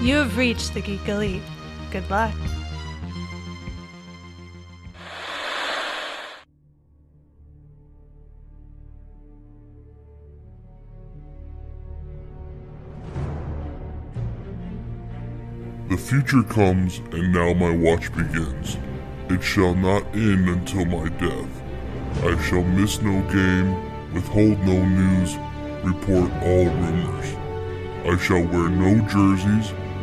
You have reached the Geek Elite. Good luck. The future comes, and now my watch begins. It shall not end until my death. I shall miss no game, withhold no news, report all rumors. I shall wear no jerseys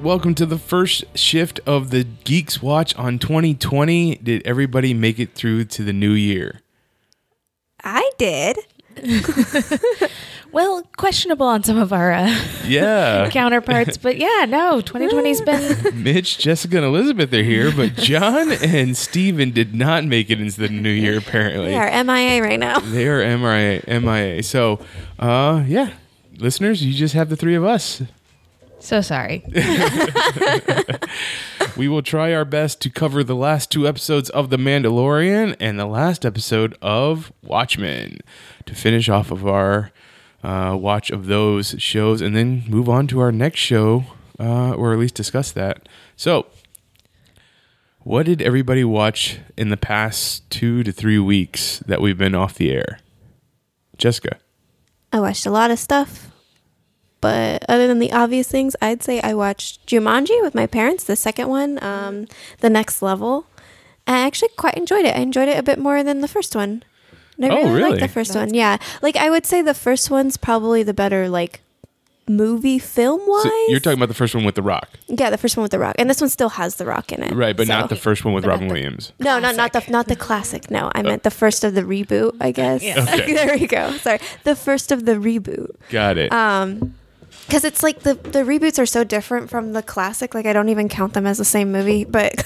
Welcome to the first shift of the Geeks Watch on 2020. Did everybody make it through to the new year? I did. Well, questionable on some of our uh, Yeah. counterparts, but yeah, no, 2020's been Mitch, Jessica, and Elizabeth are here, but John and Steven did not make it into the new year, apparently. They are MIA right now. They are MIA. MIA. So, uh, yeah, listeners, you just have the three of us. so sorry. We will try our best to cover the last two episodes of The Mandalorian and the last episode of Watchmen to finish off of our uh, watch of those shows and then move on to our next show uh, or at least discuss that. So, what did everybody watch in the past two to three weeks that we've been off the air? Jessica. I watched a lot of stuff. But other than the obvious things, I'd say I watched Jumanji with my parents, the second one, um, The Next Level. And I actually quite enjoyed it. I enjoyed it a bit more than the first one. And I Oh, really, really? liked the first one. Yeah. Like, I would say the first one's probably the better, like, movie film wise. So you're talking about the first one with The Rock, Yeah, the first one with The Rock. And this one still has The Rock in it. right? But so- not the first one with Robin Williams. No, not not the not the classic. No, I meant the first of the reboot. I guess. Okay. there we go. Sorry, the first of the reboot. Got it. Um, because it's like the the reboots are so different from the classic. Like I don't even count them as the same movie. But,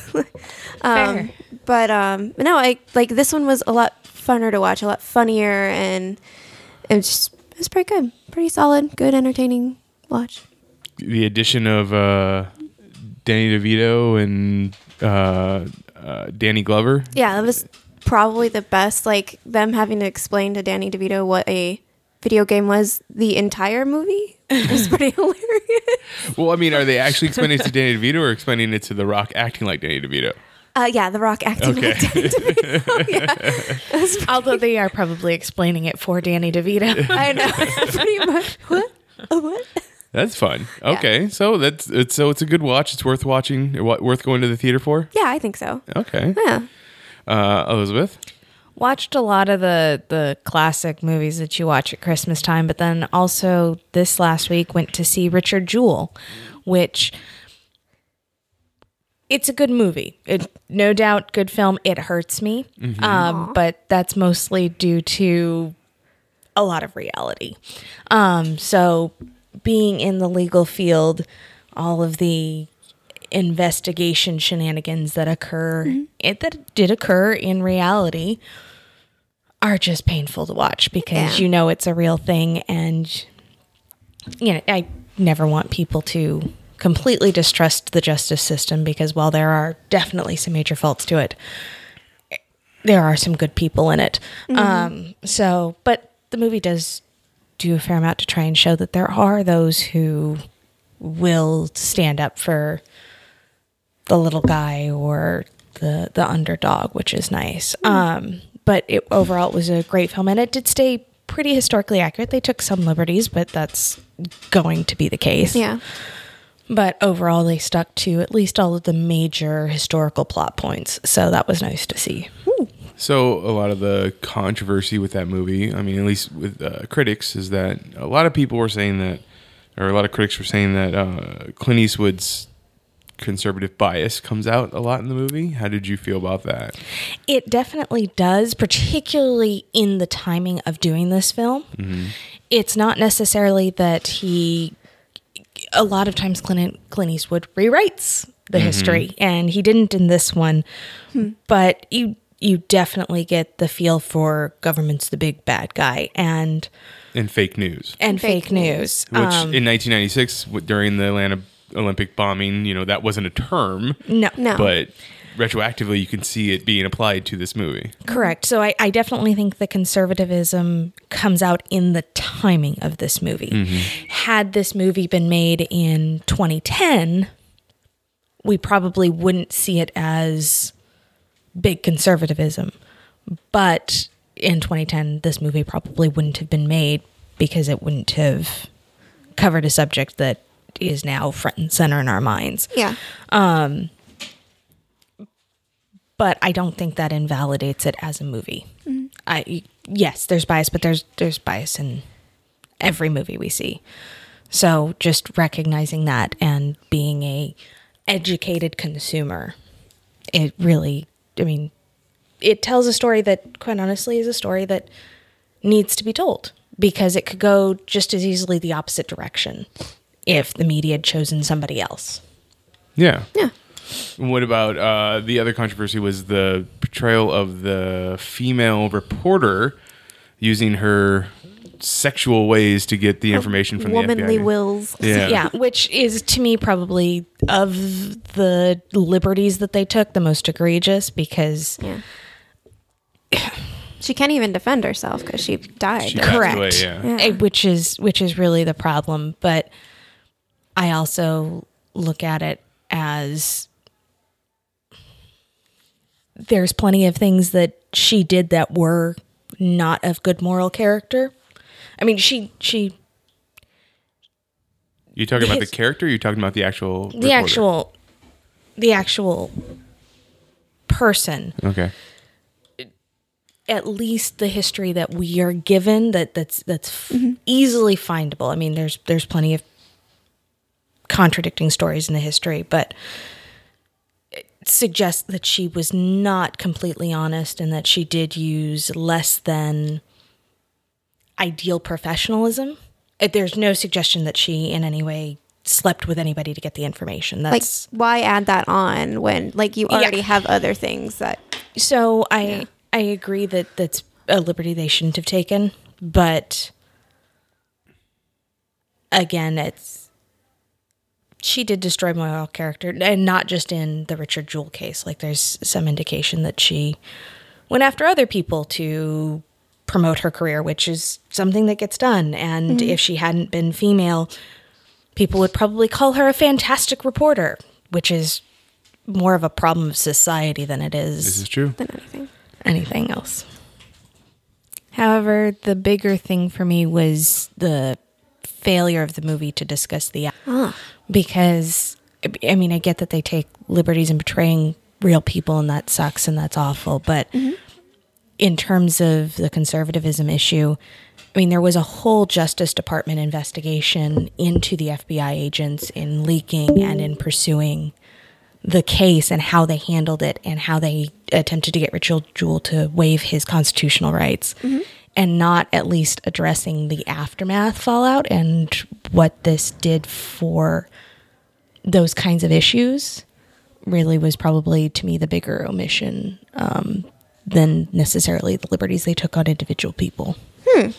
um, Fair. but um, no, I like this one was a lot funner to watch, a lot funnier, and it was just it was pretty good, pretty solid, good, entertaining watch. the addition of uh, Danny DeVito and uh, uh, Danny Glover. Yeah, it was probably the best. Like them having to explain to Danny DeVito what a video game was the entire movie was pretty hilarious. Well, I mean, are they actually explaining it to Danny DeVito or explaining it to The Rock acting like Danny DeVito? Uh, yeah, The Rock acting. Okay. like Danny DeVito. yeah, It was- Although they are probably explaining it for Danny DeVito. I know pretty much. What? A what? That's fun. Okay, so that's it's so it's a good watch. It's worth watching. wa- Worth going to the theater for. Yeah, I think so. Okay, Yeah. uh, Elizabeth. Watched a lot of the the classic movies that you watch at Christmas time, but then also this last week went to see Richard Jewell, which it's a good movie. It no doubt good film. It hurts me, um, but that's mostly due to a lot of reality. Um, so being in the legal field, all of the investigation shenanigans that occur it, that did occur in reality are just painful to watch because you know it's a real thing and you know I never want people to completely distrust the justice system because while there are definitely some major faults to it there are some good people in it um so but the movie does do a fair amount to try and show that there are those who will stand up for the little guy or the the underdog, which is nice. Um, but it overall it was a great film, and it did stay pretty historically accurate. They took some liberties, but that's going to be the case. Yeah. But overall, they stuck to at least all of the major historical plot points, so that was nice to see. So a lot of the controversy with that movie, I mean, at least with uh, critics, is that a lot of people were saying that, or a lot of critics were saying that uh, Clint Eastwood's conservative bias comes out a lot in the movie. How did you feel about that? It definitely does, particularly in the timing of doing this film. It's not necessarily that he a lot of times Clint, Clint Eastwood rewrites the history, and he didn't in this one. But you you definitely get the feel for government's the big bad guy and and fake news, and fake, Fake news. which Um, in 1996 w- during the Atlanta Olympic bombing, you know that wasn't a term, no, No. but retroactively you can see it being applied to this movie. Correct. So I, I definitely think the conservatism comes out in the timing of this movie. Had this movie been made in 2010, we probably wouldn't see it as big conservatism. But in 2010, this movie probably wouldn't have been made because it wouldn't have covered a subject that is now front and center in our minds. Yeah. but I don't think that invalidates it as a movie. I yes, there's bias, but there's there's bias in every movie we see. So just recognizing that and being a educated consumer, it really, I mean, it tells a story that quite honestly is a story that needs to be told because it could go just as easily the opposite direction if the media had chosen somebody else. Yeah. Yeah. What about uh, the other controversy was the portrayal of the female reporter using her sexual ways to get the information from the Womanly FBI. wills. Yeah. yeah, which is to me probably of the liberties that they took the most egregious because Yeah. she can't even defend herself because she died. She passed correct, away, yeah. Eh, which is which is really the problem. But I also look at it as there's plenty of things that she did that were not of good moral character. I mean, she she You talking about the His- character? Or you talking about the actual the reporter? actual the actual person Okay. at least the history that we are given that that's that's f easily findable. I mean, there's there's plenty of contradicting stories in the history, but it suggests that she was not completely honest and that she did use less than ideal professionalism. Uh, There's no suggestion that she in any way slept with anybody to get the information. Like, That's why add that on when like you already Yeah. have other things that So I I agree that that's a liberty they shouldn't have taken, but again, it's she did destroy moral character, and not just in the Richard Jewell case. Like there's some indication that she went after other people to promote her career, which is something that gets done. And if she hadn't been female, people would probably call her a fantastic reporter, which is more of a problem of society than it This is true. than anything. anything else. However, the bigger thing for me was the failure of the movie to discuss the because I mean I get that they take liberties in portraying real people and that sucks and that's awful, but in terms of the conservatism issue, I mean there was a whole Justice Department investigation into the FBI agents in leaking and in pursuing the case and how they handled it and how they attempted to get Richard Jewell to waive his constitutional rights and not at least addressing the aftermath fallout and what this did for those kinds of issues really was probably to me the bigger omission um, than necessarily the liberties they took on individual people. Okay.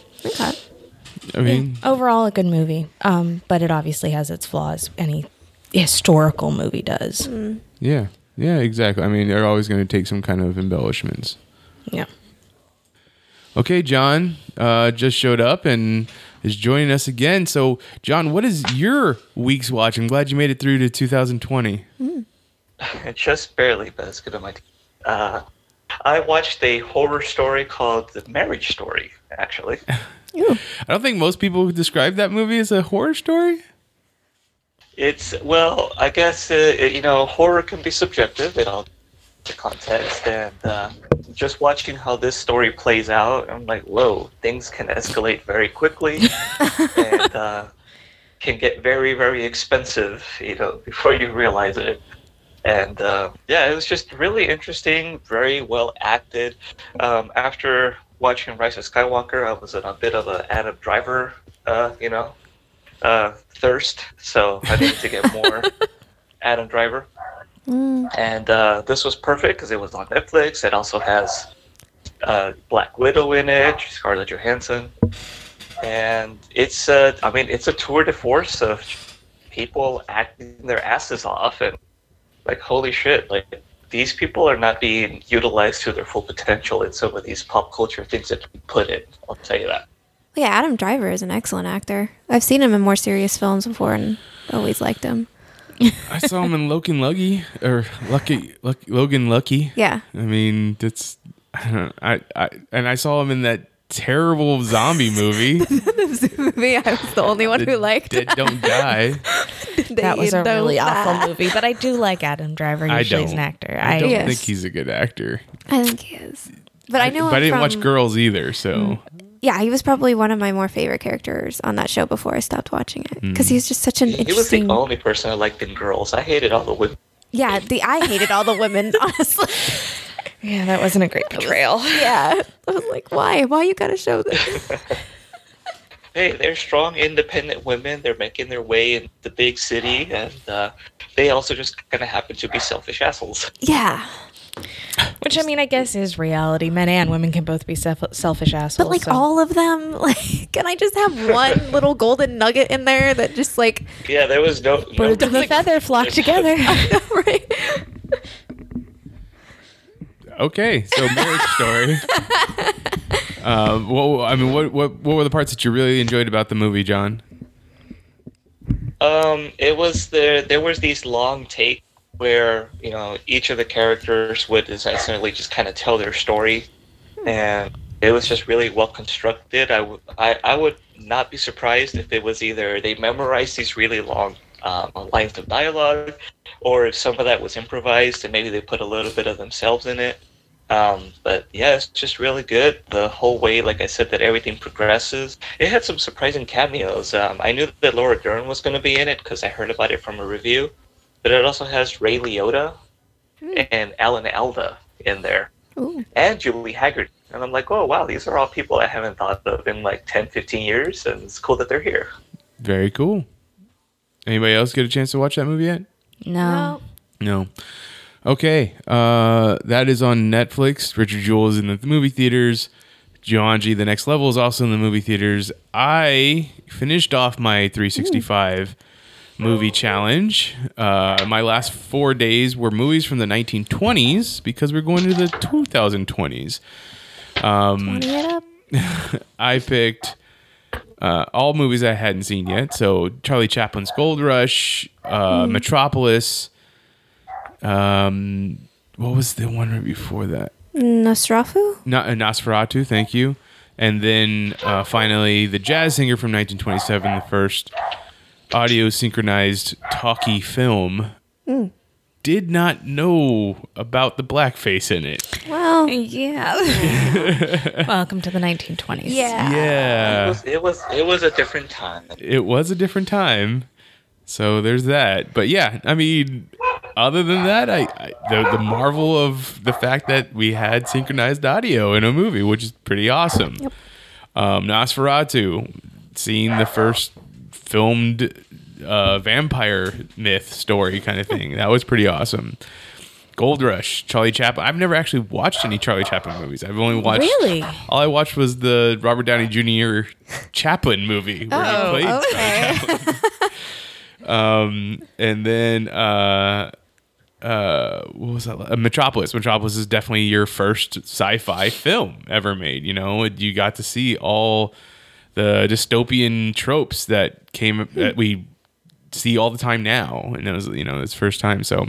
I mean, Overall, a good movie, um, but it obviously has its flaws. Any historical movie does. yeah. Yeah, exactly. I mean, they're always going to take some kind of embellishments. Yeah. Okay, John uh, just showed up and is joining us again. So, John, what is your week's watch? I'm glad you made it through to 2020. Just barely, but it's good on my. T- uh, I watched a horror story called The Marriage Story. Actually, I don't think most people would describe that movie as a horror story. it's well, I guess uh, it- you know, horror can be subjective. It all the context and uh, just watching how this story plays out. I'm like, whoa, things can escalate very quickly and uh, can get very, very expensive. You know, before you realize it. and uh, yeah, it was just really interesting, very well acted. Um, after watching Rise of Skywalker, I was in a bit of an Adam Driver, uh, you know, uh, thirst, so I needed to get more Adam Driver. And uh, this was perfect because it was on Netflix. It also has uh, Black Widow in it, Scarlett Johansson, and it's uh, I mean it's a tour de force of people acting their asses off and like holy shit like these people are not being utilized to their full potential in some of these pop culture things that we put in. I'll tell you that. Yeah, Adam Driver is an excellent actor. I've seen him in more serious films before and always liked him. I saw him in Logan Lucky or Lucky, Lucky Logan Lucky. Yeah. I mean, that's I don't I, I and I saw him in that terrible zombie movie this movie, I was the only one who liked that don't die. That was a really awful movie, but I do like Adam Driver. I Usually don't. he's an actor. I don't Yes. think he's a good actor. I think he is. But I know but I him didn't from, watch Girls either, so Yeah, he was probably one of my more favorite characters on that show before I stopped watching it because he was just such an He was the interesting. only person I liked in girls. I hated all the women. yeah, the I hated all the women. Honestly, yeah, that wasn't a great portrayal. yeah, I was like, why? Why you gotta show this? Hey, they're strong, independent women. They're making their way in the big city, and uh, they also just kind of happen to be selfish assholes. Yeah, Which I mean, I guess is reality. Men and women can both be self- selfish assholes. but like so- all of them. Like, can I just have one little golden nugget in there that just like Yeah, there was no. no birds of a feather flock together. right? okay. So marriage story. Um, well, I mean, what what what were the parts that you really enjoyed about the movie, John? Um, it was the there was these long take where you know each of the characters would essentially just kind of tell their story, and it was just really well constructed. I, w- I, I would not be surprised if it was either they memorized these really long um, lines of dialogue, or if some of that was improvised and maybe they put a little bit of themselves in it. Um, but yeah, it's just really good. The whole way, like I said, that everything progresses. It had some surprising cameos. Um, I knew that Laura Dern was going to be in it because I heard about it from a review. But it also has Ray Liotta and Alan Alda in there Ooh. and Julie Haggard. And I'm like, oh, wow, these are all people I haven't thought of in like 10, 15 years. And it's cool that they're here. Very cool. Anybody else get a chance to watch that movie yet? no. No. Okay. Uh, that is on Netflix. Richard Jewell is in the movie theaters. Jumanji: The Next Level is also in the movie theaters. I finished off my 365 movie challenge. Uh, my last four days were movies from the 1920s because we're going to the 2020s. Get up. I picked uh, all movies I hadn't seen yet. So Charlie Chaplin's Gold Rush, uh, Metropolis. Um, what was the one right before that? Nosferatu? Na- uh, Nosferatu. Thank you. And then uh, finally, the jazz singer from 1927, the first audio synchronized talkie film. Did not know about the blackface in it. Well, Yeah. Welcome to the 1920s. yeah. Yeah. It, was, it, was, it was a different time. it was a different time. So there's that. But yeah, I mean, other than that, I, I the, the marvel of the fact that we had synchronized audio in a movie, which is pretty awesome. Um, Nosferatu, seeing the first filmed uh, vampire myth story kind of thing. That was pretty awesome. Gold Rush, Charlie Chaplin. I've never actually watched any Charlie Chaplin movies. I've only watched Really? all I watched was the Robert Downey Jr. Chaplin movie where he played Um, okay. and then uh uh what was that uh, metropolis metropolis is definitely your first sci-fi film ever made you know you got to see all the dystopian tropes that came that we see all the time now and it was you know its first time so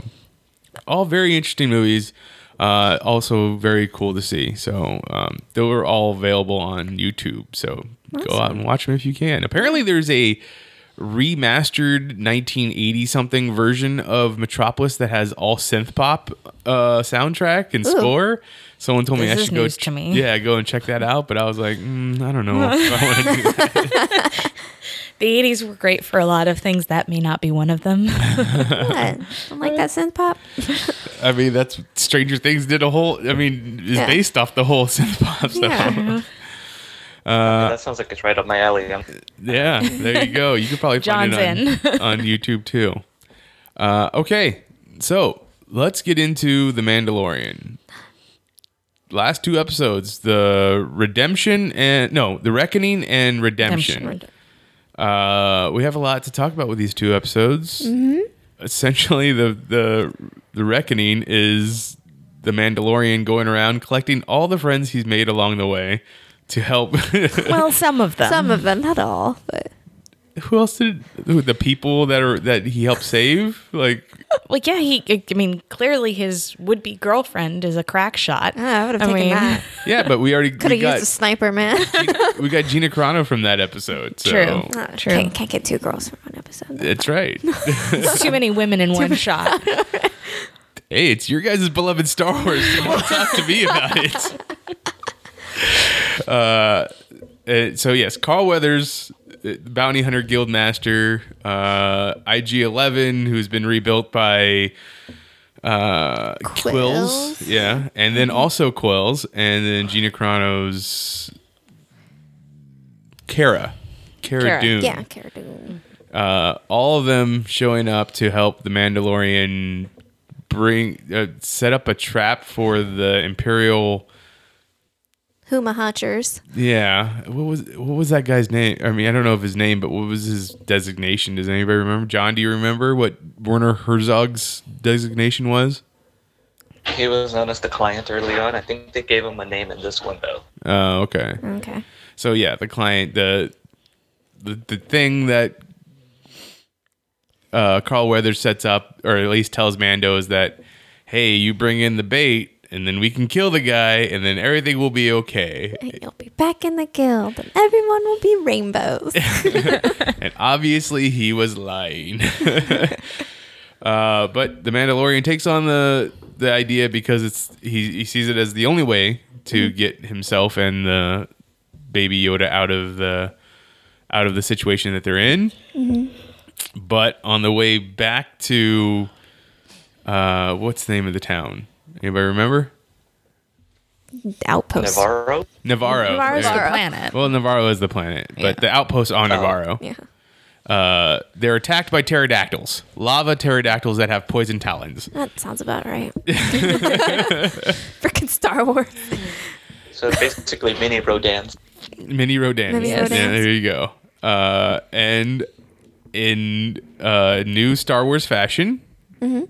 all very interesting movies uh also very cool to see so um they were all available on youtube so go out and watch them if you can apparently there's a remastered 1980 something version of Metropolis that has all synth pop uh, soundtrack and score. Someone told me This I is should go. news to me. Yeah, go and check that out. But I was like, mm, I don't know. if I want to do that. The 80s were great for a lot of things. That may not be one of them. What? Don't like that synth pop. I mean, that's Stranger Things did a whole. I mean, is Yeah. based off the whole synth pop stuff. Yeah. Uh, that sounds like it's right up my alley. Um, I'm, yeah, there you go. You could probably find John's it on, on YouTube too. Uh, okay, so let's get into The Mandalorian. Last two episodes, the redemption and no, the reckoning and redemption. Uh, we have a lot to talk about with these two episodes. Essentially, the the the reckoning is the Mandalorian going around collecting all the friends he's made along the way to help. Well, some of them. Some of them, not all, but Who else did who- the people that are that he helped save? Like, Like, yeah, he. I mean, clearly his would-be girlfriend is a crack shot. Ah, I would have taken mean, that. yeah, but we already Could we have got used a sniper, man. we got Gina Carano from that episode. So True. Ah, True. Can't, can't get two girls for one episode. That's right. It's too many women in one shot. hey, it's your guys' beloved Star Wars. So don't talk to me about it. Uh, uh, so yes, Carl Weathers, uh, bounty hunter guild master, uh, IG Eleven, who's been rebuilt by uh, Quills. Quills. yeah, and then also Quills, and then Gina Carano's Kara, Kara, Kara, Dune Yeah, Cara Dune. uh, all of them showing up to help the Mandalorian bring uh, set up a trap for the Imperial. Huma Hotchers. Yeah, what was what was that guy's name? I mean, I don't know if his name, but what was his designation? Does anybody remember? John, do you remember what Werner Herzog's designation was? he was known as the client early on. I think they gave him a name in this one though. Uh, okay. Okay. So yeah, the client, the the, the thing that uh, Carl Weathers sets up, or at least tells Mando, is that hey, you bring in the bait, and then we can kill the guy, and then everything will be okay. And you'll be back in the guild, and everyone will be rainbows. and obviously, he was lying. uh, but the Mandalorian takes on the the idea because it's he he sees it as the only way to get himself and the baby Yoda out of the out of the situation that they're in. But on the way back to uh, what's the name of the town? Anybody remember? Outpost. Navarro. Navarro. Mars the There. planet. Well, Navarro is the planet, but the outpost on Navarro. Yeah. Uh, they're attacked by pterodactyls, lava pterodactyls that have poison talons. That sounds about right. Freaking Star Wars. So basically, mini Rodans. Mini Rodans. Mini Yes. Rodans. Yeah, there you go. Uh, and in uh, new Star Wars fashion, Mm-hmm.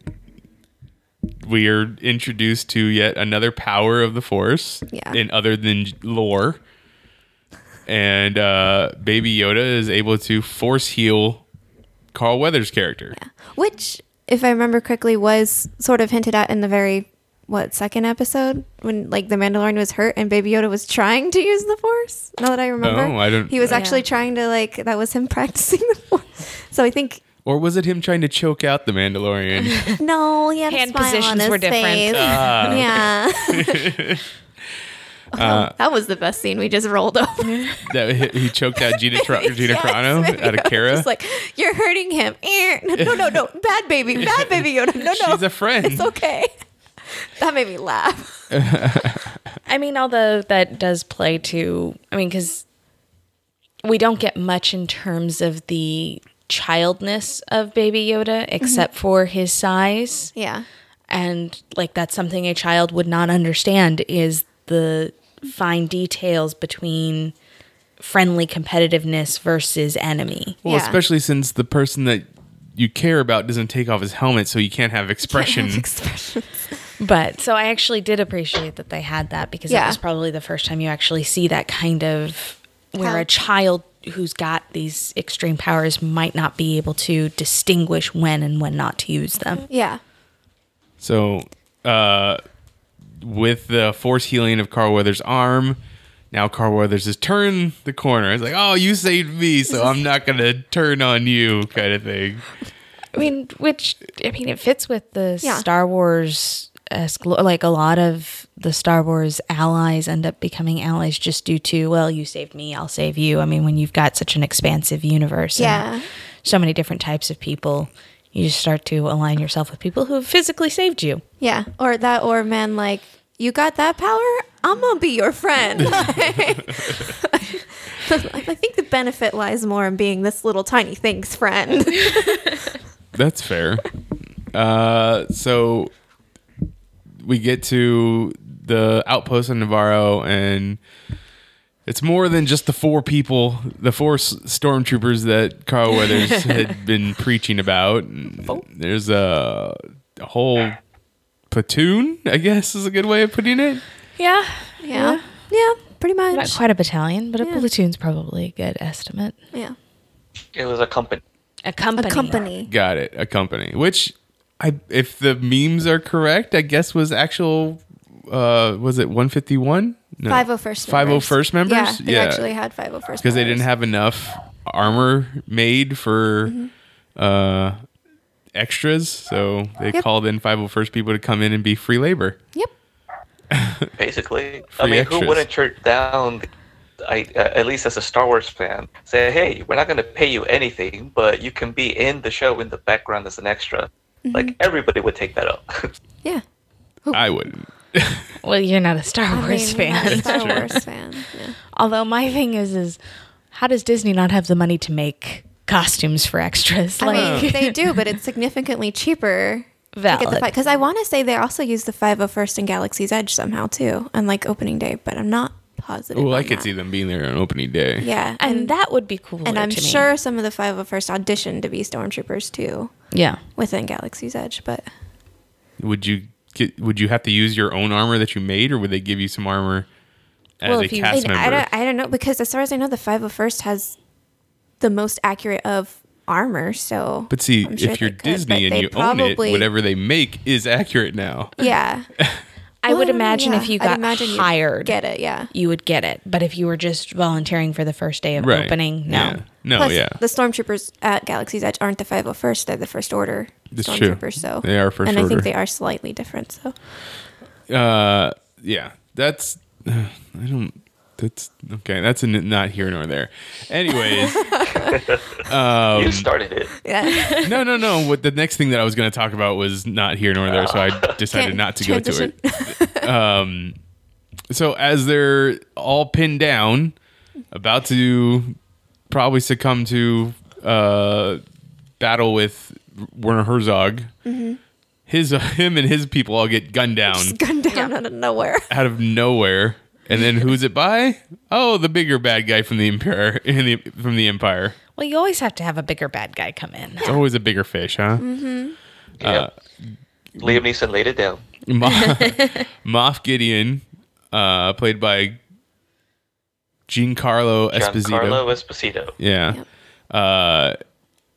we are introduced to yet another power of the Force, Yeah. in other than j- lore. And uh, Baby Yoda is able to force heal Carl Weathers' character. Which, if I remember correctly, was sort of hinted at in the very what second episode when like the Mandalorian was hurt and Baby Yoda was trying to use the Force. Now that I remember, Oh, I don't- He was Yeah. actually trying to like that was him practicing the Force. So I think Or was it him trying to choke out the Mandalorian? no, he had Hand a smile on positions his were different. face. Ah. yeah. Uh, Oh, that was the best scene. We just rolled over. that he, he choked out Gina, Tro- Gina Yes, Carano baby out of Yoda. Kara? Just like you're hurting him. Eh, No, no, no, bad baby, bad baby Yoda. No, no, She's a friend. It's okay. That made me laugh. I mean, although that does play to, I mean, because we don't get much in terms of the childness of Baby Yoda, except for his size, Yeah, and like that's something a child would not understand is the fine details between friendly competitiveness versus enemy. Well, Yeah. especially since the person that you care about doesn't take off his helmet, so you can't have expression. expressions. But so I actually did appreciate that they had that because that Yeah. was probably the first time you actually see that kind of where How- a child who's got these extreme powers might not be able to distinguish when and when not to use them. Yeah, so, uh, with the force healing of Carl Weathers' arm, now Carl Weathers has turned the corner. It's like, oh, you saved me, so I'm not going to turn on you, kind of thing. I mean, which I mean, it fits with the Yeah. Star Wars. esque- Like a lot of the Star Wars allies end up becoming allies just due to, well, you saved me, I'll save you. I mean, when you've got such an expansive universe, and yeah, so many different types of people. You just start to align yourself with people who have physically saved you. yeah. Or that, or man, like you got that power. I'm gonna be your friend. I think the benefit lies more in being this little tiny thing's friend. That's fair. Uh, so we get to the outpost in Navarro, and it's more than just the four people, the four s- stormtroopers that Carl Weathers had been preaching about. There's a, a whole platoon, I guess is a good way of putting it. Yeah. yeah. Yeah, pretty Not much. quite a battalion, but a Yeah. platoon's probably a good estimate. Yeah. It was a company. A company. A company. Got it, a company. Which, I if the memes are correct, I guess was actual. Uh, was it 151? No. 501st 501st members? Yeah, they actually had 501st members. because they didn't have enough armor made for Mm-hmm. uh, extras, so they Yep. called in 501st people to come in and be free labor. Yep. basically. I Free mean, extras. who wouldn't turn down? I, uh, at least as a Star Wars fan, say, hey, we're not going to pay you anything, but you can be in the show in the background as an extra. Like everybody would take that up. Yeah. I wouldn't. Well, you're not a Star Wars I mean, fan. I'm not a Star Wars fan. Yeah. Although my thing is, is how does Disney not have the money to make costumes for extras? Like, I mean, they do, but it's significantly cheaper. Valid. Because I want to say they also use the 501st and Galaxy's Edge somehow too, on like opening day, but I'm not positive. Well, I on could that. see them being there on opening day. Yeah, and, that would be cool. and I'm to me. sure some of the 501st auditioned to be stormtroopers too Yeah. within Galaxy's Edge, but Would you get? Would you have to use your own armor that you made, or would they give you some armor as Well, a if you- cast I, member? I don't, I don't know because as far as I know, the 501st has the most accurate of armor. So, but see, I'm sure if you're they could, Disney but and they you own it, probably- whatever they make is accurate now. yeah, I would imagine if you I'd got imagine you'd hired, get it, yeah. you would get it. But if you were just volunteering for the first day of Right? opening, no. Yeah. No. Plus, Oh, yeah. the stormtroopers at Galaxy's Edge aren't the 501st; they're the First Order That's true. stormtroopers. So They are First and I Order. think they are slightly different. So uh yeah that's i don't that's okay that's n- not here nor there anyways Um, you started it. yeah, no no no what the next thing that i was going to talk about was not here nor there so i decided Can't not to go to transition. it so as they're all pinned down about to probably succumb to uh battle with werner herzog his uh, him and his people all get gunned down gunned down out of nowhere. out of nowhere. And then who's it by? Oh, the bigger bad guy from the empire. In the, from the empire, Well, you always have to have a bigger bad guy come in. it's always a bigger fish, huh? uh, Yeah. Liam Neeson laid it down. Mo- Moff Gideon, uh, played by Giancarlo Esposito. Giancarlo Esposito. Yeah. Uh,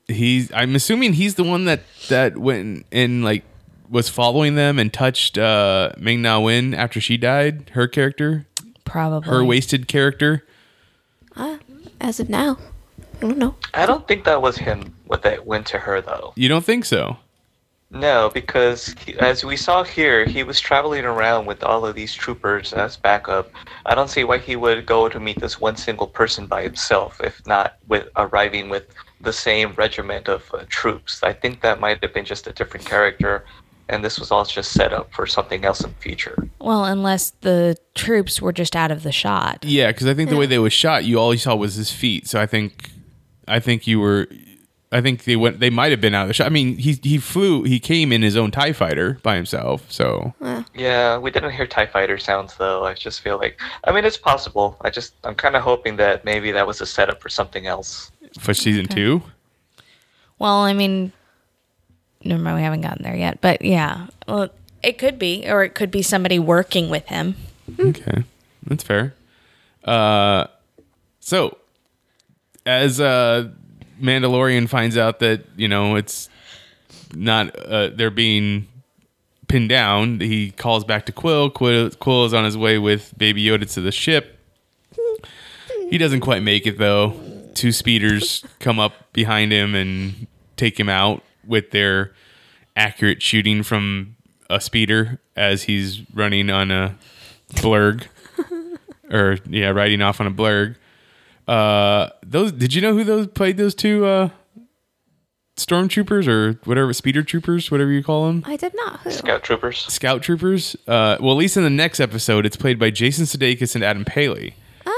he's. I'm assuming he's the one that that went and like was following them and touched uh, Ming Na Wen after she died. Her character, Probably. her wasted character. As of now, I don't know. I don't think that was him what that went to her though. You don't think so? No, because he, as we saw here, he was traveling around with all of these troopers as backup. I don't see why he would go to meet this one single person by himself, if not with arriving with the same regiment of uh, troops. I think that might have been just a different character, and this was all just set up for something else in future. Well, unless the troops were just out of the shot. Yeah, because I think the way they was shot, you all you saw was his feet. So I think, I think you were, I think they went. They might have been out of the shot. I mean, he he flew. He came in his own Tie Fighter by himself. So Yeah, we didn't hear TIE fighter sounds though. I just feel like, I mean, it's possible. I just, I'm kind of hoping that maybe that was a setup for something else. for season two, Well, I mean, never mind. We haven't gotten there yet. But yeah, well, it could be, or it could be somebody working with him. okay, that's fair. Uh, so as uh, Mandalorian finds out that you know it's not uh, they're being pinned down, he calls back to Quill. Quill. Quill is on his way with Baby Yoda to the ship. He doesn't quite make it though. Two speeders come up behind him and take him out with their accurate shooting from a speeder as he's running on a blurg or yeah, riding off on a blurg. Uh, those did you know who those played those two uh stormtroopers or whatever speeder troopers, whatever you call them? I did not. Who? Scout troopers. Scout troopers. Uh, well, at least in the next episode, it's played by Jason Sudeikis and Adam Paley. Ah,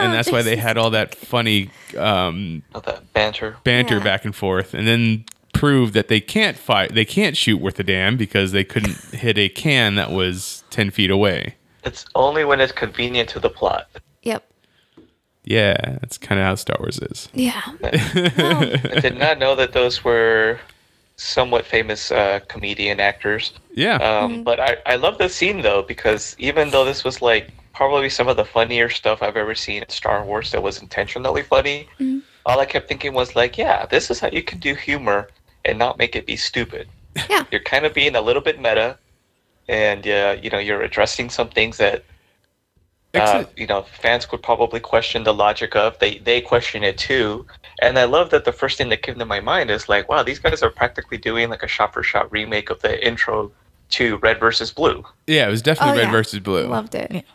and that's why they had all that funny um, All that banter. banter Yeah. back and forth, and then proved that they can't fight, they can't shoot worth a damn because they couldn't hit a can that was ten feet away. It's only when it's convenient to the plot. Yep. Yeah, that's kind of how Star Wars is. Yeah. No. I did not know that those were somewhat famous uh, comedian actors. Yeah, Um, But I, I love the scene though because even though this was like probably some of the funnier stuff I've ever seen in Star Wars that was intentionally funny, all I kept thinking was like, yeah, this is how you can do humor and not make it be stupid. Yeah. You're kind of being a little bit meta, and uh, you know you're addressing some things that. Uh, Except- you know, fans could probably question the logic of. They they question it too, and I love that the first thing that came to my mind is like, wow, these guys are practically doing like a shot-for-shot remake of the intro to Red versus Blue. yeah, it was definitely Oh, red yeah. versus blue. Loved it.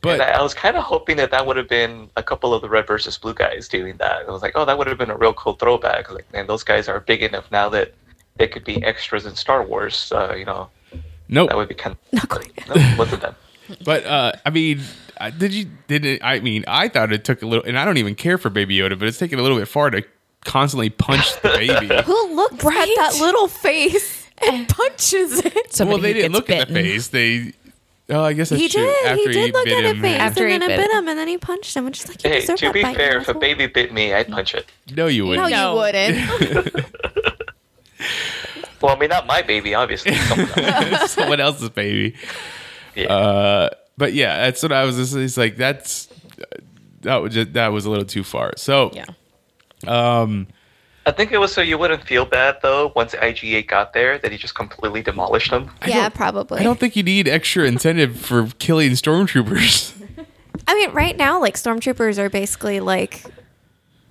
but And I, I was kind of hoping that that would have been a couple of the Red versus Blue guys doing that. I was like, oh, that would have been a real cool throwback. Like, man, those guys are big enough now that they could be extras in Star Wars. Uh, you know, nope. that would be kind Not quite. of no, wasn't them. But uh, I mean, I- did you did it? I mean, I thought it took a little, and I don't even care for Baby Yoda, but it's taking a little bit far to constantly punch the baby. Who looks at Right? that little face and punches it? Somebody well, they who didn't gets look at the bitten. face. They, oh, I guess that's he true. did. he did look bit at it him, face, After he and then it bit bit him. him, and then he punched him. I'm just like, you Hey, deserve to that be bite, fair, if a asshole. baby bit me, I'd punch it. No, you no, wouldn't. No. you wouldn't. Well, I mean, not my baby, obviously. someone else. Someone else's baby. Yeah. Uh, but yeah, that's what I was. Just, it's like that's that was just, that was a little too far. So Yeah. I think it was so you wouldn't feel bad though once IGA got there that he just completely demolished them. yeah, probably. I don't think you need extra incentive for killing stormtroopers. I mean, right now, like stormtroopers are basically like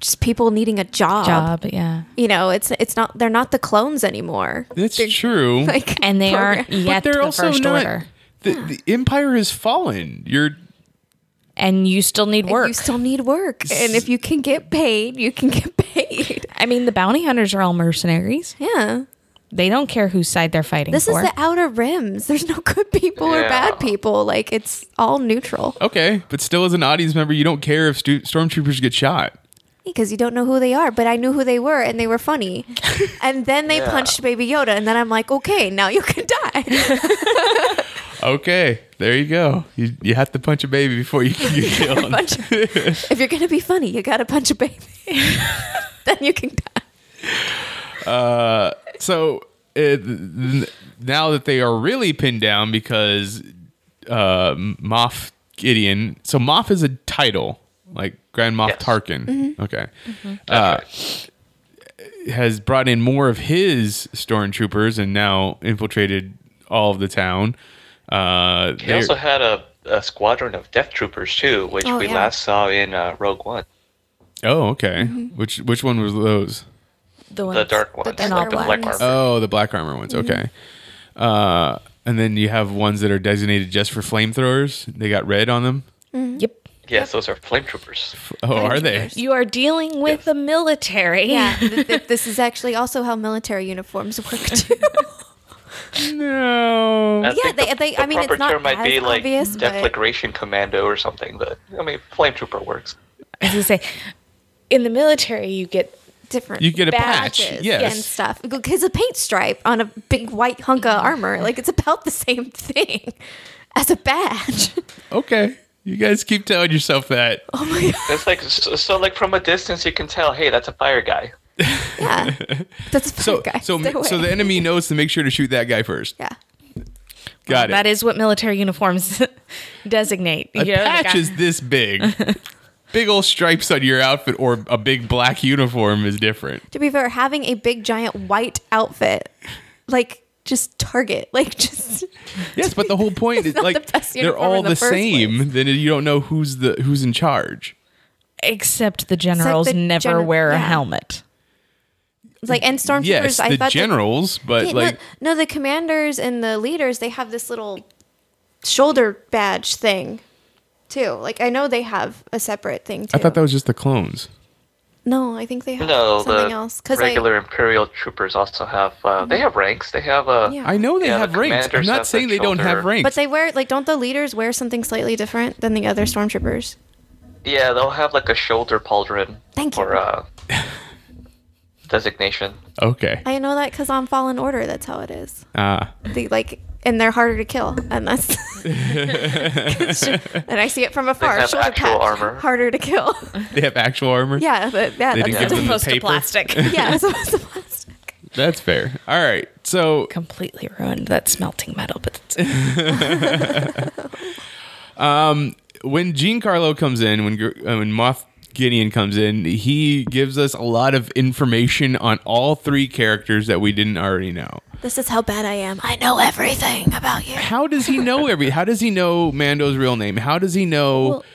just people needing a job. Job, yeah. You know, it's it's not they're not the clones anymore. That's true. Like, And they aren't program- yet the first order. The, the empire has fallen. You're And you still need and work. You still need work, and if you can get paid, you can get paid. I mean, the bounty hunters are all mercenaries. Yeah, They don't care whose side they're fighting this for. is the outer rims. There's no good people or Yeah. bad people. Like it's all neutral okay, but still, as an audience member, you don't care if stu- stormtroopers get shot. because you don't know who they are. But I knew who they were, and they were funny. and then they Yeah. punched Baby Yoda, and then I'm like, okay, now you can die. Okay, there you go. You, you have to punch a baby before you can get killed. Punch- if you're gonna be funny, you gotta punch a baby. then you can die. so uh, n- now that they are really pinned down because uh, Moff Gideon. So Moff is a title, like Grand Moff Yes. Mm-hmm. Tarkin. Okay. Uh, Has brought in more of his stormtroopers and now infiltrated all of the town. Uh, He they're- also had a, a squadron of Death Troopers too, which Oh, we yeah. last saw in uh, Rogue One, oh, okay. Which which one was those? the, the ones- dark ones, darker not the black armor. ones. Oh, the black armor ones. Okay. Uh, and then you have ones that are designated just for flamethrowers. They got red on them. Yep. yes, those are flame troopers. Oh, are they? You are dealing with the military. Yeah, th- th- this is actually also how military uniforms work too. No. I Yeah, think they- the, they- the I mean, it's proper not term might as be like obvious, but- Deflagration Commando or something, but I mean, flame trooper works. As you say, in the military, you get Different. You get a patch. badges Yes. and stuff because a paint stripe on a big white hunk of armor, like it's about the same thing as a badge. Okay. You guys keep telling yourself that. Oh my god! It's like so, so like from a distance you can tell, hey, that's a fire guy. Yeah, that's a So guy. so Stay away. so the enemy knows to make sure to shoot that guy first. yeah. Got that it. is what military uniforms designate. A You know, the patch guy- is this big. big old stripes on your outfit or a big black uniform is different. To be fair, having a big giant white outfit, like just target, like just Yes, but the whole point is not like the best they're uniform all in the, the first same. Then you don't know who's the who's in charge. Except the generals the never gen- wear a yeah. helmet. like and stormtroopers. Yes, I the thought that- generals, but Yeah, no- like no, the commanders and the leaders, they have this little shoulder badge thing too. Like I know they have a separate thing too. I thought that was just the clones. no, I think they have No, something the else because regular Imperial troopers also have uh, they have ranks. They have uh, Yeah. I know they Yeah, the have ranks. I'm commanders not have saying the they don't have shoulder- ranks. But they wear like don't the leaders wear something slightly different than the other stormtroopers? Yeah, they'll have like a shoulder pauldron Thank you. or uh, designation. Okay. I know that because on Fallen Order, that's how it is. Uh, They like, and they're harder to kill, and that's. and I see it from afar. have Shoulder actual patch, armor. harder to kill. they have actual armor. yeah, but yeah, They that's didn't give them the Opposed to paper. plastic. yeah, it's supposed to plastic. That's fair. All right. So Completely ruined that smelting metal, but it's, when Giancarlo comes in, when Gr- uh, when Moff Gideon comes in, he gives us a lot of information on all three characters that we didn't already know. This is how bad I am. I know everything about you. How does he know every? How does he know Mando's real name? How does he know Well-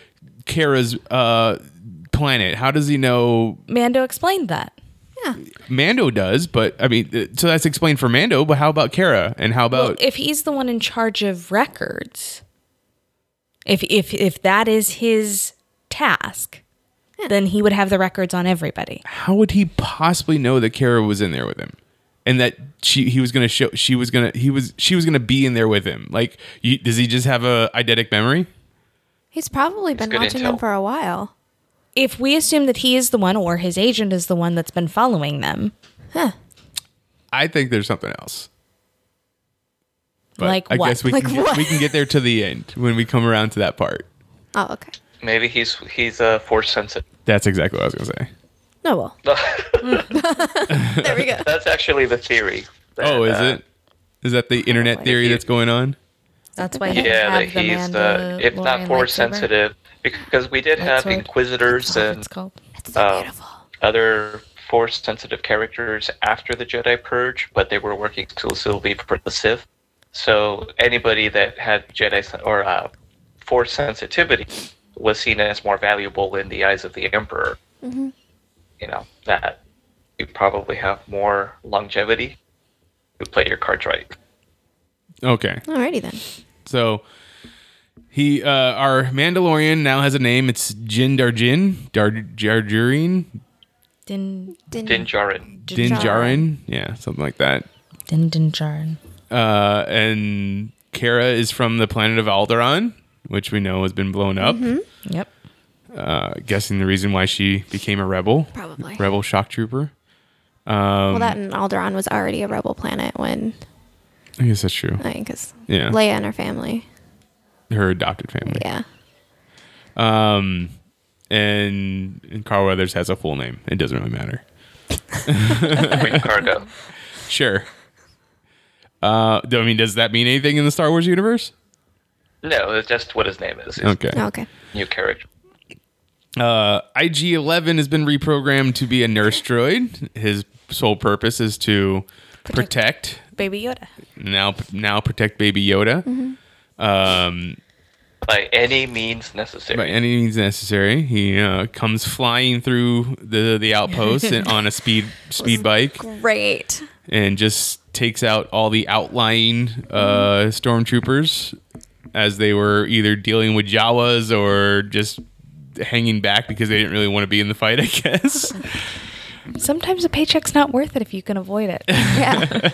Kara's uh, planet? How does he know Mando explained that. Yeah, Mando does? But I mean, uh, so that's explained for Mando. But how about Kara? And how Well, about if he's the one in charge of records, if if if that is his task, then he would have the records on everybody. how would he possibly know that Kara was in there with him? And that she he was gonna show she was gonna he was she was gonna be in there with him. Like, you, does he just have a eidetic memory? he's probably been good watching them intel. for a while. If we assume that he is the one or his agent is the one that's been following them, I think there's something else. Like I what? guess we Like can get, what? we can get there to the end when we come around to that part. Oh, okay. Maybe he's he's uh, force sensitive. That's exactly what I was gonna say. No, well, there we go. That's actually the theory. that, oh, is uh, it? Is that the internet theory that's going on? that's why. Yeah, that he's the if not force sensitive, because we did have Lightsword? inquisitors and it's called. It's so Oh. beautiful. other force sensitive characters after the Jedi Purge, but they were working exclusively for the Sith. So anybody that had Jedi sen- or uh, force sensitivity was seen as more valuable in the eyes of the Emperor. You know that you probably have more longevity. You play your cards right. Okay, Alrighty then. so he, uh, our Mandalorian now has a name. It's Jin Darjin, Dar Jarjarin, Din Din- Din Djarin. Din Djarin. Djarin, yeah, something like that. din din jarn. Uh, and Kara is from the planet of Alderaan, which we know has been blown up. Mm-hmm. Yep. Uh, guessing the reason why she became a rebel, Probably. rebel shock trooper. Um, well, that and Alderaan was already a rebel planet when I guess that's true. I mean, because Yeah, Leia and her family. her adopted family. Yeah. Um, and, and Carl Weathers has a full name. It doesn't really matter. Queen Cargo. Sure. Uh, do- I mean, does that mean anything in the Star Wars universe? No, it's just what his name is. It's Okay. Oh, okay. New character. Uh, IG Eleven has been reprogrammed to be a nurse droid. His sole purpose is to protect, Baby Yoda. now now protect Baby Yoda um, By any means necessary. by any means necessary. He uh, comes flying through the the outpost and on a speed speed bike. Great. and just takes out all the outlying uh, stormtroopers as they were either dealing with Jawas or just hanging back because they didn't really want to be in the fight, I guess. Sometimes a paycheck's not worth it if you can avoid it. Yeah.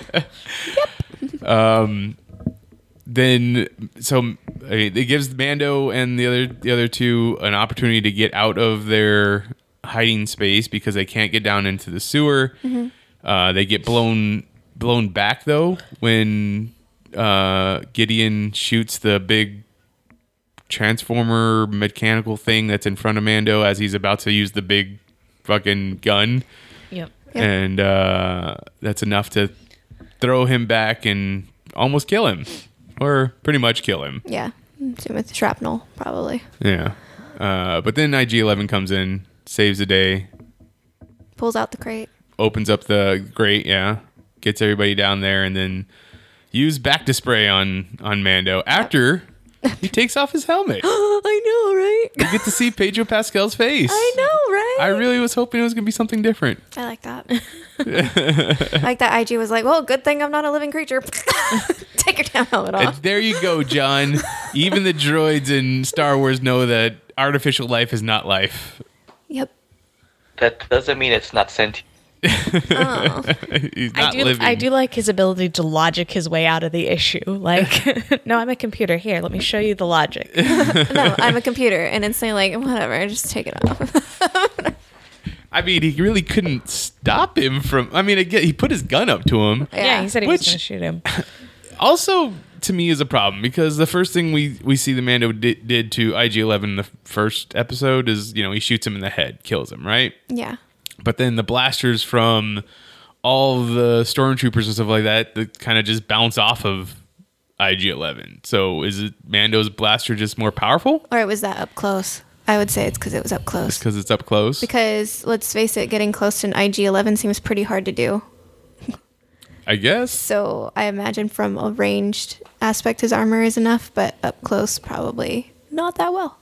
then so I mean, it gives Mando and the other the other two an opportunity to get out of their hiding space because they can't get down into the sewer. Uh, they get blown blown back though when uh, Gideon shoots the big transformer mechanical thing that's in front of Mando as he's about to use the big fucking gun Yep. and uh, that's enough to throw him back and almost kill him, or pretty much kill him. yeah. Same with shrapnel, probably. Yeah. Uh, but then IG Eleven comes in, saves the day, Pulls out the crate. opens up the grate, yeah, gets everybody down there, and then use back to spray on on Mando after. He takes off his helmet. You I know, right? get to see Pedro Pascal's face. I know, right? I really was hoping it was gonna be something different. I like that. like that IG was like, well, good thing I'm not a living creature. Take your damn helmet And off. there you go, John. Even the droids in Star Wars know that artificial life is not life. Yep. That doesn't mean it's not sentient. He's I not do, living. I do like his ability to logic his way out of the issue. Like, no, I'm a computer. Here, let me show you the logic. no, I'm a computer, and it's like whatever, just take it off. I mean, he really couldn't stop him from. I mean, again, he put his gun up to him. Yeah, he said he Which- was going to shoot him. Also, to me, is a problem because the first thing we we see the Mando di- did to IG Eleven in the first episode is you know he shoots him in the head, kills him, right? yeah. But then the blasters from all the stormtroopers and stuff like that that kind of just bounce off of IG Eleven. So is it Mando's blaster just more powerful Or it was that up close. I would say it's because it was up close. because it's up close? Because let's face it, getting close to an IG 11 seems pretty hard to do. I guess. So I imagine from a ranged aspect, his armor is enough, but up close, probably not that well.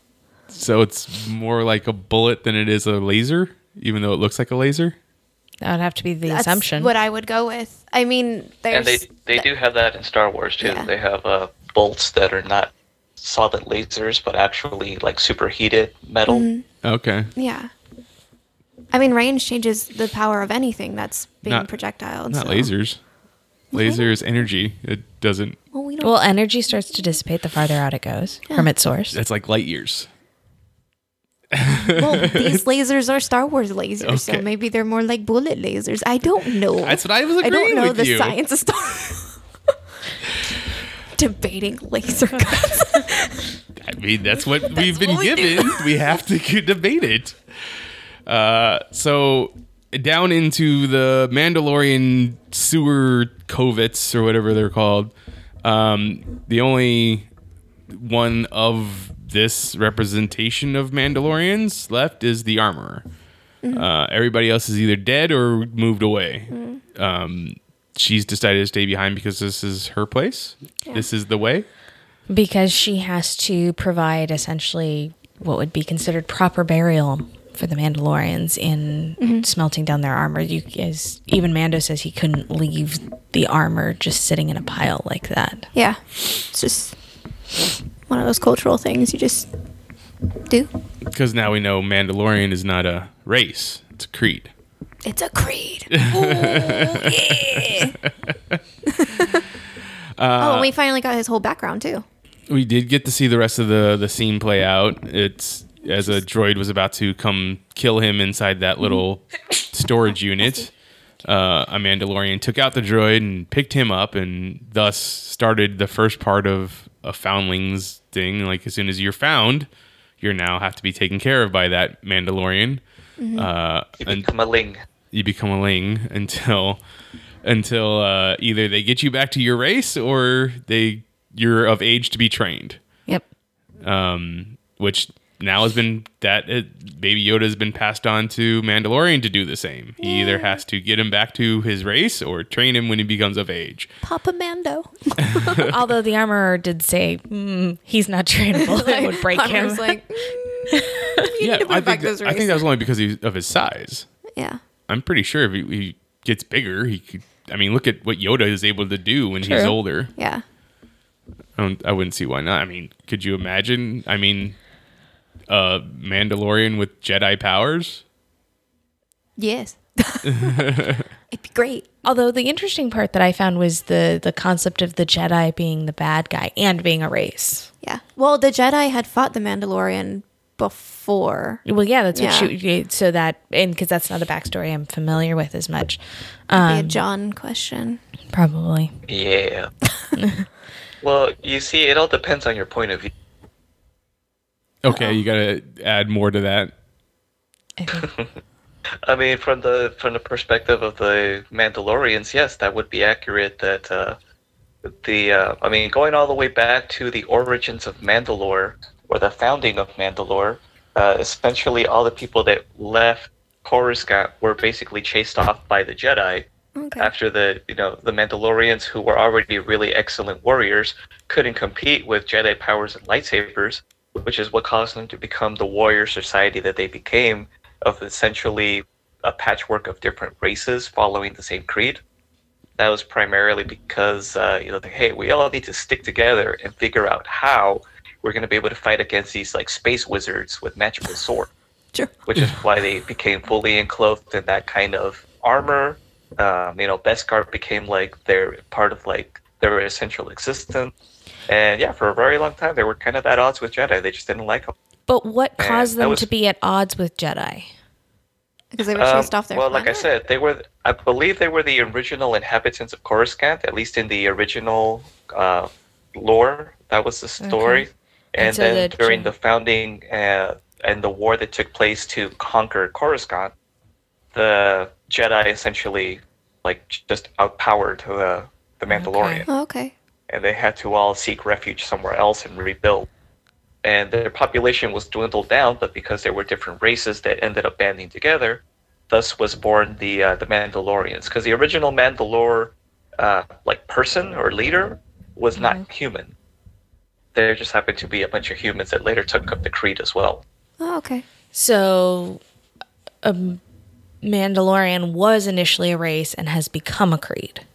So it's more like a bullet than it is a laser, even though it looks like a laser. That would have to be the That's assumption. what I would go with. I mean, And there's. they they do have that in Star Wars too. Yeah. They have uh, bolts that are not solid lasers, but actually like superheated metal. Mm-hmm. Okay. Yeah. I mean, range changes the power of anything that's being Not- projectile. Not so- lasers. Laser is energy. It doesn't. Well, we don't. well, energy starts to dissipate the farther out it goes from its source. That's like light years. Well, these lasers are Star Wars lasers, so Okay. maybe they're more like bullet lasers. I don't know. That's what I was I agreeing don't know with the you. science of Star. Debating laser guns. I mean, that's what we've been what we do. given. we have to c- debate it. Uh, so down into the Mandalorian sewer covets or whatever they're called. Um, the only one of this representation of Mandalorians left is the armorer. Uh, everybody else is either dead or moved away. Um, she's decided to stay behind because this is her place. This is the way. Because she has to provide essentially what would be considered proper burial for the Mandalorians in smelting down their armor. You guys, even Mando says he couldn't leave the armor just sitting in a pile like that. yeah, it's just one of those cultural things you just do. Because now we know Mandalorian is not a race; it's a creed. It's a creed. Uh, oh, and we finally got his whole background too. We did get to see the rest of the the scene play out. It's as a droid was about to come kill him inside that little storage unit. Uh, a Mandalorian took out the droid and picked him up, and thus started the first part of a foundlings thing. Like as soon as you're found, you're now have to be taken care of by that Mandalorian. Uh, You and- become a ling. you become a ling until until uh, either they get you back to your race or they you're of age to be trained. Yep. Um, which now has been that uh Baby Yoda has been passed on to Mandalorian to do the same. He either has to get him back to his race or train him when he becomes of age. Papa Mando. Although the armorer did say mm, he's not trainable, it would break I him. was like, mm, you need to I bring back think, those that, I races. think that was only because he, of his size. yeah. I'm pretty sure if he, he gets bigger, he could. I mean, look at what Yoda is able to do when he's True. older. Yeah. I, don't, I wouldn't see why not. I mean, could you imagine? I mean, uh, Mandalorian with Jedi powers. Yes. It'd be great. Although the interesting part that I found was the the concept of the Jedi being the bad guy and being a race. Yeah. Well, the Jedi had fought the Mandalorian before. Well, yeah, that's what Yeah. she you- so that and because that's not a backstory I'm familiar with as much, Um, be a John question. probably. Yeah. well, you see, it all depends on your point of view. Okay, you gotta add more to that. I think. I mean, from the from the perspective of the Mandalorians, yes, that would be accurate. That uh, the uh, I mean, going all the way back to the origins of Mandalore or the founding of Mandalore, uh, essentially all the people that left Coruscant were basically chased off by the Jedi. Okay. After the you know the Mandalorians, who were already really excellent warriors, couldn't compete with Jedi powers and lightsabers, which is what caused them to become the warrior society that they became, of essentially a patchwork of different races following the same creed. That was primarily because uh, you know, like, hey, we all need to stick together and figure out how we're going to be able to fight against these like space wizards with magical swords Sure. which is why they became fully enclosed in that kind of armor. Um, you know, Beskar became like their part of like their essential existence. And yeah, for a very long time, they were kind of at odds with Jedi. They just didn't like them. But what Man, caused that them was- to be at odds with Jedi? because they were Um, chased off their well, like I planet? said, they were. I believe they were the original inhabitants of Coruscant, at least in the original uh, lore. That was the story. And, And so then the during Jin- the founding uh, and the war that took place to conquer Coruscant, the Jedi essentially, like, j- just outpowered the the Mandalorian, Oh, okay. and they had to all seek refuge somewhere else and rebuild. And their population was dwindled down, but because there were different races that ended up banding together, thus was born the uh, the Mandalorians. Because the original Mandalore, uh, like person or leader, was Mm-hmm. not human. There just happened to be a bunch of humans that later took up the creed as well. Oh, okay. So, a Mandalorian was initially a race and has become a creed.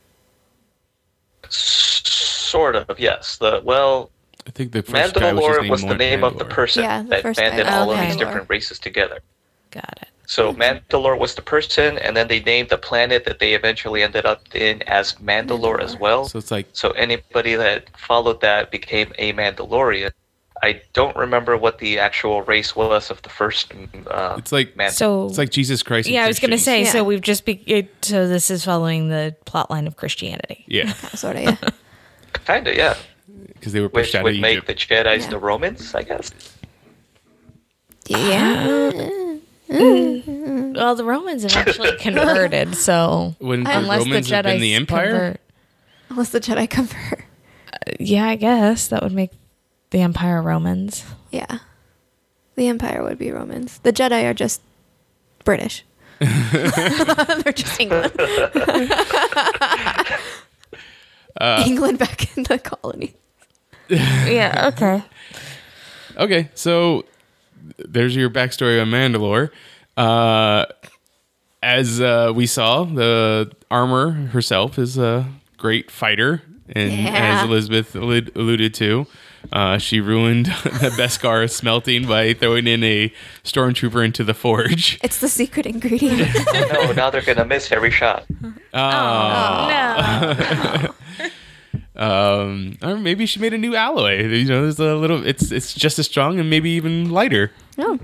Sort of, yes. The well, I think the first guy was just Mandalore named was the Lord name of the Mandalore. person Yeah, the that first guy banded was all of Okay. these Mandalore. different races together. Got it. So Mm-hmm. Mandalore was the person, and then they named the planet that they eventually ended up in as Mandalore as well. So, So it's like anybody that followed that became a Mandalorian. I don't remember what the actual race was of the first. Uh, it's like Man- So, it's like Jesus Christ. and yeah, I was gonna Christians. say. Yeah. So we've just be. It, so this is following the plot line of Christianity. Yeah, Sort of, yeah. kinda, yeah. because they were pushed Which out of would make Egypt. the Jedi's Yeah. the Romans, I guess. yeah. Well, the Romans eventually converted. So Wouldn't the unless Romans the Jedi have been the Empire? Unless the Jedi convert. yeah, I guess that would make the Empire Romans. Yeah. The Empire would be Romans. The Jedi are just British. They're just England. Uh, England back in the colony. Yeah. Okay. Okay, so there's your backstory on Mandalore. Uh, as uh, we saw, the armor herself is a great fighter, and Yeah. as Elizabeth allud- alluded to, uh, she ruined the Beskar smelting by throwing in a stormtrooper into the forge. It's the secret ingredient. no, now they're gonna miss every shot. Oh, No. Um, or maybe she made a new alloy. You know, there's a little. It's it's just as strong and maybe even lighter. no.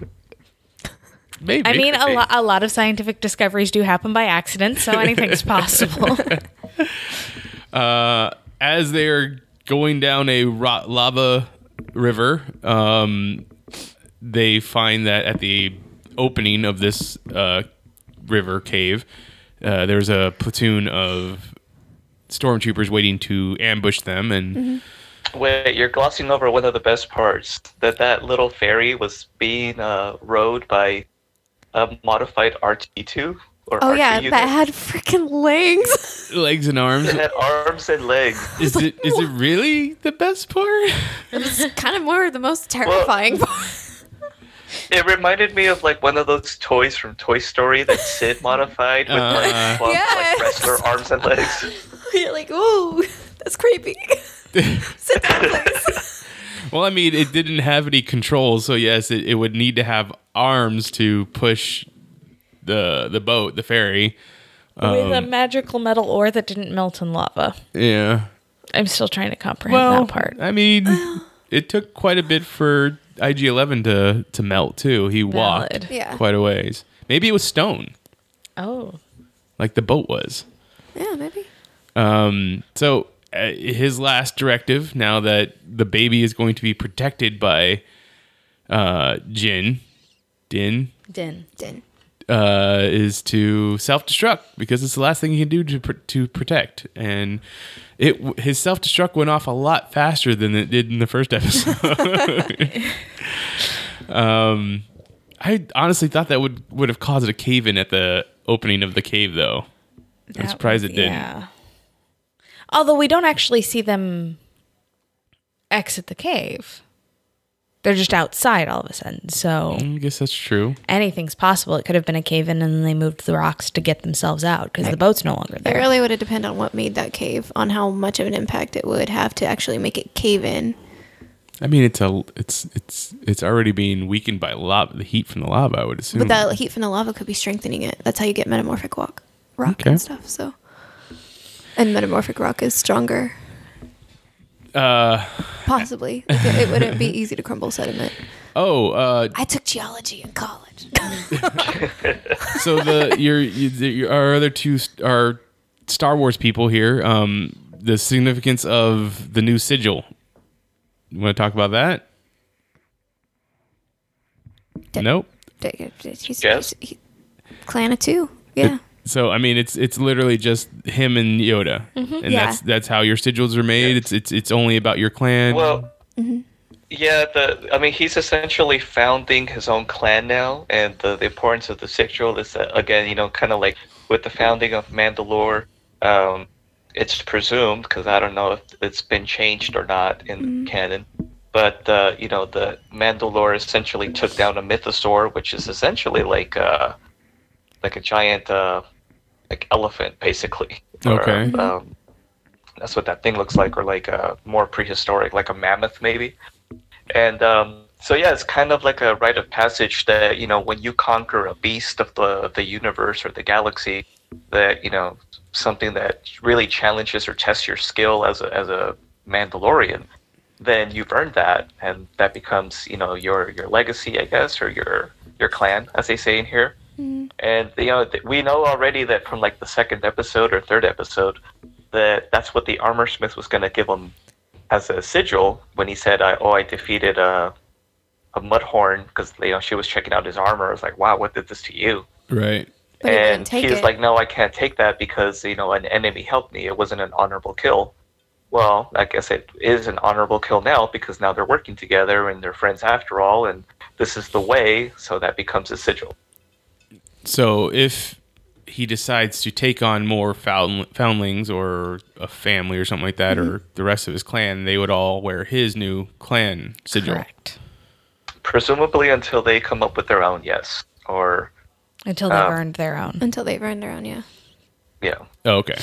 Maybe. I mean, a, Maybe. lo- a lot of scientific discoveries do happen by accident, so anything's possible. uh, as they are going down a ro- lava river, um, they find that at the opening of this uh, river cave, uh, there's a platoon of stormtroopers waiting to ambush them, and Wait, you're glossing over one of the best parts. That that little ferry was being uh, rowed by a modified RT2 or Oh, yeah. RT That had freaking legs. legs and arms. It had arms and legs. is it is it really the best part? it's kind of more the most terrifying part. It reminded me of like one of those toys from Toy Story that Sid modified with Uh. like, plump, Yes. like wrestler arms and legs. You're like, ooh, that's creepy. Sit down, please. Well, I mean, it didn't have any controls, so yes, it, it would need to have arms to push the the boat, the ferry. With a magical metal ore that didn't melt in lava. Yeah. I'm still trying to comprehend Well, that part. I mean, it took quite a bit for IG-11 to to melt too. He walked Valid. Yeah. quite a ways. Maybe it was stone, Oh. like the boat was. Yeah, maybe. Um, so uh, his last directive, now that the baby is going to be protected by uh, Jin, Din, Din. Din. uh, is to self-destruct because it's the last thing he can do to pr- to protect. And it his self-destruct went off a lot faster than it did in the first episode. um, I honestly thought that would would have caused a cave in at the opening of the cave, though. I'm surprised it didn't. Yeah. Although we don't actually see them exit the cave. They're just outside all of a sudden. So I guess that's true. anything's possible. It could have been a cave in and then they moved the rocks to get themselves out because the boat's no longer It there. really would have depended on what made that cave, on how much of an impact it would have to actually make it cave in. I mean, it's a it's it's it's already being weakened by lava, the heat from the lava. I would assume. Mm. But that heat from the lava could be strengthening it. That's how you get metamorphic walk. rock Okay. and stuff. So, and metamorphic rock is stronger, Uh, possibly. Like, it, it wouldn't be easy to crumble sediment. oh, uh, I took geology in college. so the your, your your- our other two st- our Star Wars people here. Um, the significance of the new sigil. You want to talk about that? Nope. He's, Yes. he's- he- Clana too. Yeah. So I mean, it's it's literally just him and Yoda, and that's that's how your sigils are made. It's it's it's only about your clan. Well, yeah, the I mean, he's essentially founding his own clan now, and the, the importance of the sigil is that again, you know, kind of like with the founding of Mandalore, um, it's presumed because I don't know if it's been changed or not in canon, but uh, you know, the Mandalore essentially took down a mythosaur, which is essentially like uh, like a giant uh, like elephant, basically. or, Okay. um, that's what that thing looks like, or like a more prehistoric, like a mammoth maybe. And um, so yeah, it's kind of like a rite of passage that you know when you conquer a beast of the the universe or the galaxy, that you know something that really challenges or tests your skill as a as a Mandalorian, then you've earned that, and that becomes you know your your legacy, I guess, or your your clan, as they say in here. And you know th- we know already that from like the second episode or third episode that that's what the armor smith was going to give him as a sigil when he said, I, "Oh, I defeated a a mudhorn because you know she was checking out his armor." I was like, "Wow, what did this to you?" right. But he and wouldn't take he was it. like, "No, I can't take that because you know an enemy helped me. It wasn't an honorable kill." Well, I guess it is an honorable kill now because now they're working together and they're friends after all, and this is the way. So that becomes a sigil. So if he decides to take on more found, foundlings or a family or something like that, or the rest of his clan, they would all wear his new clan sigil. Correct. Presumably until they come up with their own, yes, or Until Um, they've earned their own. until they run around. Yeah. yeah. Oh, okay.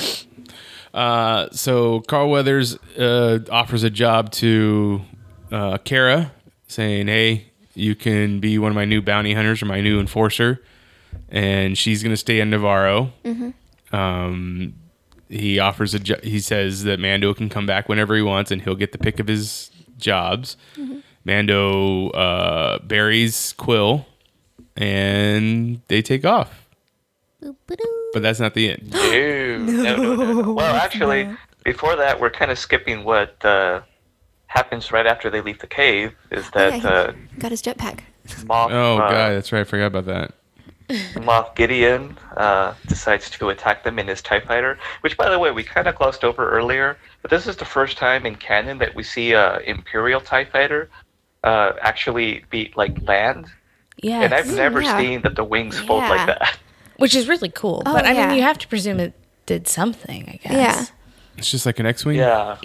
Uh, so Carl Weathers uh, offers a job to uh, Kara, saying, "Hey, you can be one of my new bounty hunters or my new enforcer," and she's going to stay in Navarro. Um, he offers a. Jo- he says that Mando can come back whenever he wants, and he'll get the pick of his jobs. Mando uh, buries Quill, and they take off. But that's not the end. No, no, no, no, no. Well, actually, before that, we're kind of skipping what uh, happens right after they leave the cave. Is Oh, yeah, that he- uh, Got his jetpack. Moff, Oh uh, god, that's right. I forgot about that. Moff Gideon uh, decides to attack them in his Tie Fighter, which, by the way, we kind of glossed over earlier. But this is the first time in canon that we see a Imperial Tie Fighter uh, actually be like land, Yeah. and I've never yeah. seen that the wings fold like Yeah. that. Which is really cool. Oh, but I yeah. mean, you have to presume it did something, I Yeah. guess. It's just like an X-wing. Yeah,